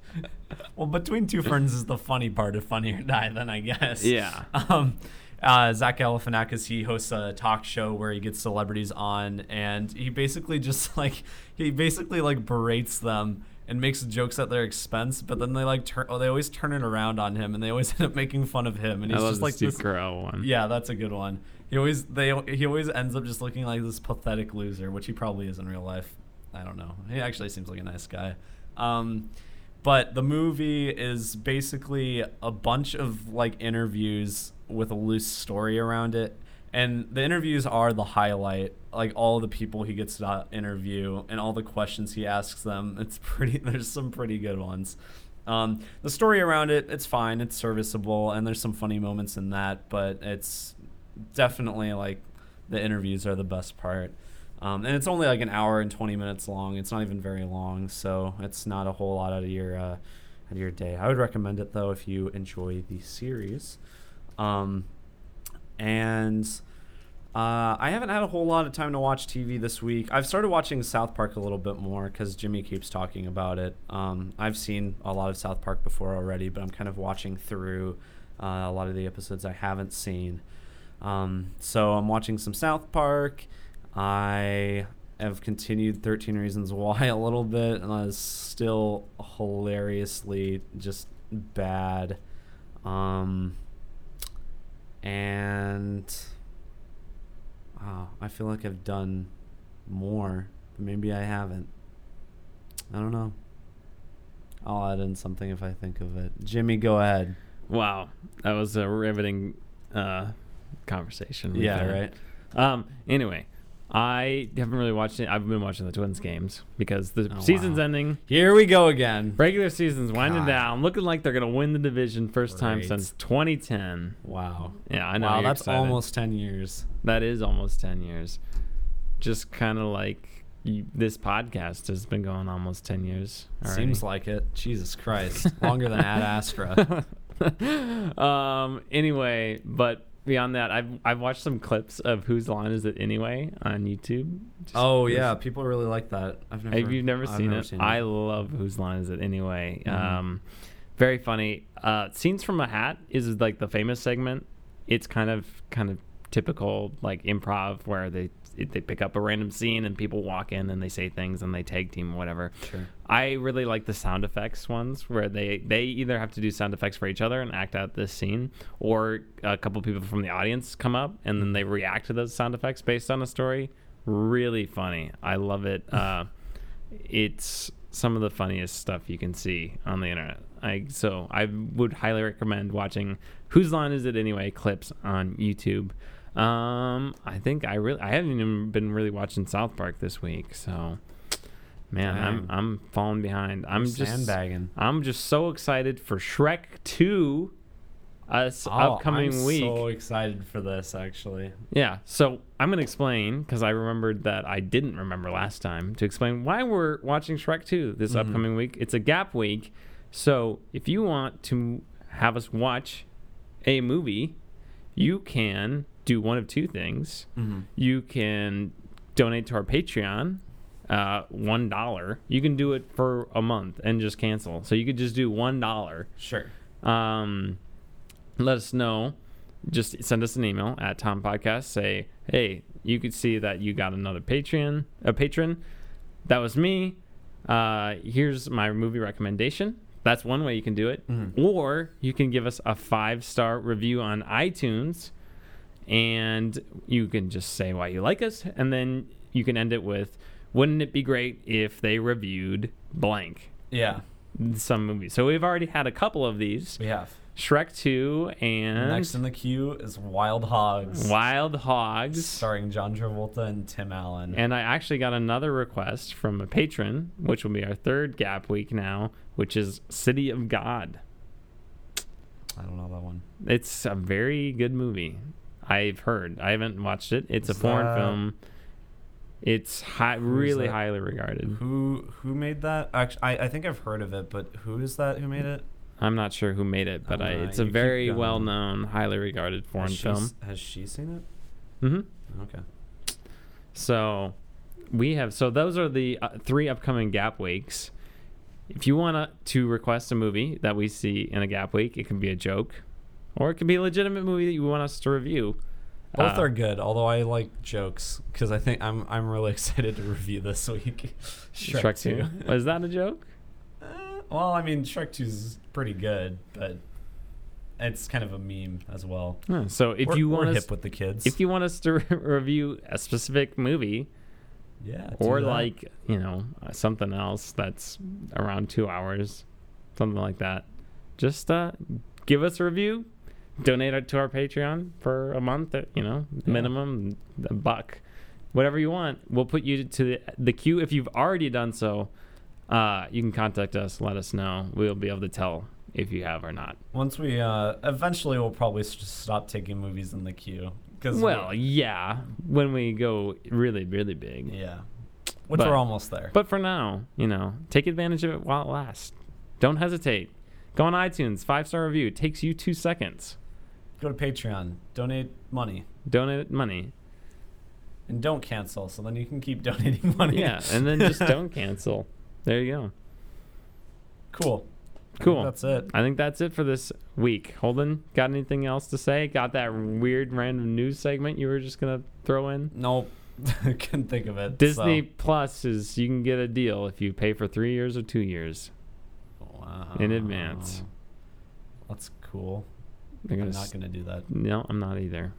Speaker 2: well, between two ferns is the funny part of Funny or Die, then I guess.
Speaker 1: Yeah.
Speaker 2: Um, uh, Zach Galifianakis he hosts a talk show where he gets celebrities on, and he basically just like he basically like berates them and makes jokes at their expense, but then they like turn oh they always turn it around on him, and they always end up making fun of him, and
Speaker 1: I
Speaker 2: he's
Speaker 1: love
Speaker 2: just
Speaker 1: the
Speaker 2: like
Speaker 1: Steve
Speaker 2: this.
Speaker 1: Carell one.
Speaker 2: Yeah, that's a good one. He always they he always ends up just looking like this pathetic loser, which he probably is in real life. I don't know. He actually seems like a nice guy. Um, but the movie is basically a bunch of like interviews with a loose story around it. And the interviews are the highlight, like all the people he gets to interview and all the questions he asks them. It's pretty. There's some pretty good ones. Um, the story around it, it's fine, it's serviceable, and there's some funny moments in that, but it's definitely like the interviews are the best part. Um, and it's only like an hour and 20 minutes long. It's not even very long, so it's not a whole lot out of your uh, out of your day. I would recommend it though if you enjoy the series. Um, and uh, I haven't had a whole lot of time to watch TV this week. I've started watching South Park a little bit more because Jimmy keeps talking about it. Um, I've seen a lot of South Park before already, but I'm kind of watching through uh, a lot of the episodes I haven't seen. Um, so I'm watching some South Park. I have continued 13 Reasons Why a little bit, and that is still hilariously just bad. Um, and wow, I feel like I've done more, but maybe I haven't. I don't know. I'll add in something if I think of it. Jimmy, go ahead.
Speaker 1: Wow, that was a riveting uh, conversation. we've
Speaker 2: Yeah,
Speaker 1: had.
Speaker 2: right.
Speaker 1: Um. Anyway, I haven't really watched it. I've been watching the Twins games because the
Speaker 2: Oh,
Speaker 1: season's
Speaker 2: wow.
Speaker 1: ending.
Speaker 2: Here we go again.
Speaker 1: Regular season's winding
Speaker 2: God.
Speaker 1: down, looking like they're gonna win the division first time
Speaker 2: Right.
Speaker 1: since 2010.
Speaker 2: Wow.
Speaker 1: Yeah, I know.
Speaker 2: wow,
Speaker 1: you're
Speaker 2: that's
Speaker 1: excited.
Speaker 2: almost 10 years.
Speaker 1: that is almost 10 years. Just kind of like you, this podcast has been going almost 10 years. already.
Speaker 2: Seems like it. Jesus Christ. Longer than Ad Astra.
Speaker 1: um. Anyway, but beyond that, I've I've watched some clips of whose line is it anyway on YouTube. Just-
Speaker 2: Oh, yeah. People really like that. I've never,
Speaker 1: If you've never,
Speaker 2: I've
Speaker 1: seen, it, I
Speaker 2: it. Oh,
Speaker 1: love Whose Line Is It Anyway.
Speaker 2: Mhm.
Speaker 1: Um, very funny. Uh, Scenes from a Hat is like the famous segment. It's kind of kind of typical like improv where they it- they pick up a random scene and people walk in and they say things and they tag team whatever.
Speaker 2: Sure.
Speaker 1: I really like the sound effects ones where they they either have to do sound effects for each other and act out this scene, or a couple people from the audience come up and then they react to those sound effects based on a story. Really funny. I love it. Uh, it's some of the funniest stuff you can see on the internet. I so I would highly recommend watching Whose Line Is It Anyway clips on YouTube. Um, I think I really I haven't even been really watching South Park this week, so man, I'm
Speaker 2: Dang.
Speaker 1: I'm falling behind. I'm just
Speaker 2: sandbagging.
Speaker 1: I'm just so excited for Shrek 2 us upcoming
Speaker 2: Oh, I'm
Speaker 1: week.
Speaker 2: so excited for this, actually.
Speaker 1: Yeah. So I'm going to explain because I remembered that I didn't remember last time to explain why we're watching Shrek 2 this upcoming week. It's a gap week. So if you want to have us watch a movie, you can do one of two things. You can donate to our Patreon. Uh, one dollar. You can do it for a month and just cancel. So you could just do one dollar
Speaker 2: Sure.
Speaker 1: um, let us know. Just send us an email at Tom Podcast. Say, hey, you could see that you got another Patreon, a patron. That was me. Uh, here's my movie recommendation. That's one way you can do it. Or you can give us a five star review on iTunes and you can just say why you like us and then you can end it with wouldn't it be great if they reviewed blank
Speaker 2: Yeah,
Speaker 1: some movie. So we've already had a couple of these.
Speaker 2: we have.
Speaker 1: Shrek 2 and
Speaker 2: Next in the queue is Wild Hogs,
Speaker 1: Wild Hogs.
Speaker 2: starring John Travolta and Tim Allen.
Speaker 1: And I actually got another request from a patron, which will be our third gap week now, which is City of God.
Speaker 2: I don't know that one.
Speaker 1: It's a very good movie. I've heard. I haven't watched it. It's a
Speaker 2: Is
Speaker 1: foreign
Speaker 2: that-
Speaker 1: film. It's high, really
Speaker 2: that?
Speaker 1: highly regarded.
Speaker 2: Who who made that? Actually, I, I think I've heard of it, but who is that? Who made it?
Speaker 1: I'm not sure who made it, but I,
Speaker 2: Uh,
Speaker 1: it's a
Speaker 2: you keep
Speaker 1: very
Speaker 2: going.
Speaker 1: well known, highly regarded foreign
Speaker 2: has she
Speaker 1: film.
Speaker 2: s- Has she seen it?
Speaker 1: hmm
Speaker 2: Okay.
Speaker 1: So we have so those are the uh, three upcoming gap weeks. If you want to request a movie that we see in a gap week, it can be a joke, or it can be a legitimate movie that you want us to review.
Speaker 2: Both
Speaker 1: Uh,
Speaker 2: are good, although I like jokes because I think I'm I'm really excited to review this week. Shrek,
Speaker 1: Shrek Two. Is that a joke?
Speaker 2: Uh, well, I mean, Shrek Two is pretty good, but it's kind of a meme as well.
Speaker 1: No. So if
Speaker 2: We're-
Speaker 1: you
Speaker 2: we're
Speaker 1: want us,
Speaker 2: hip with the kids,
Speaker 1: if you want us to re- review a specific movie,
Speaker 2: yeah, do
Speaker 1: or
Speaker 2: that.
Speaker 1: like you know uh, something else that's around two hours something like that just uh give us a review donate it to our patreon for a month uh, you know minimum a buck whatever you want we'll put you to the, the queue if you've already done so uh you can contact us let us know we'll be able to tell if you have or not
Speaker 2: Once we uh, eventually, we'll probably s- just stop taking movies in the queue. Cause we-
Speaker 1: well yeah when we go really really big
Speaker 2: yeah, which
Speaker 1: But-
Speaker 2: we're almost there.
Speaker 1: But for now, you know, take advantage of it while it lasts. Don't hesitate. Go on iTunes, five star review. It takes you two seconds.
Speaker 2: Go to Patreon, donate money,
Speaker 1: Donate money.
Speaker 2: and don't cancel. So then you can keep donating money.
Speaker 1: Yeah, and then just don't cancel. There you go.
Speaker 2: cool.
Speaker 1: Cool.
Speaker 2: That's it.
Speaker 1: I think that's it for this week. Holden, got anything else to say? Got that weird random news segment you were just gonna throw in?
Speaker 2: Nope. Couldn't think of it.
Speaker 1: Disney Plus is you can get a deal if you pay for three years or two years
Speaker 2: so- Wow.
Speaker 1: in advance.
Speaker 2: That's cool.
Speaker 1: They're gonna
Speaker 2: I'm not
Speaker 1: s-
Speaker 2: gonna do that.
Speaker 1: No, I'm not either.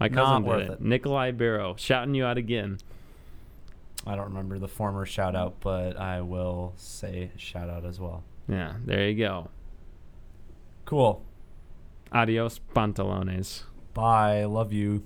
Speaker 1: My
Speaker 2: Not
Speaker 1: cousin did
Speaker 2: worth
Speaker 1: it.
Speaker 2: it.
Speaker 1: Nikolai Barrow, shouting you out again.
Speaker 2: I don't remember the former shout out, but I will say shout out as well.
Speaker 1: Yeah, there you go.
Speaker 2: Cool.
Speaker 1: Adios, pantalones.
Speaker 2: Bye. Love you.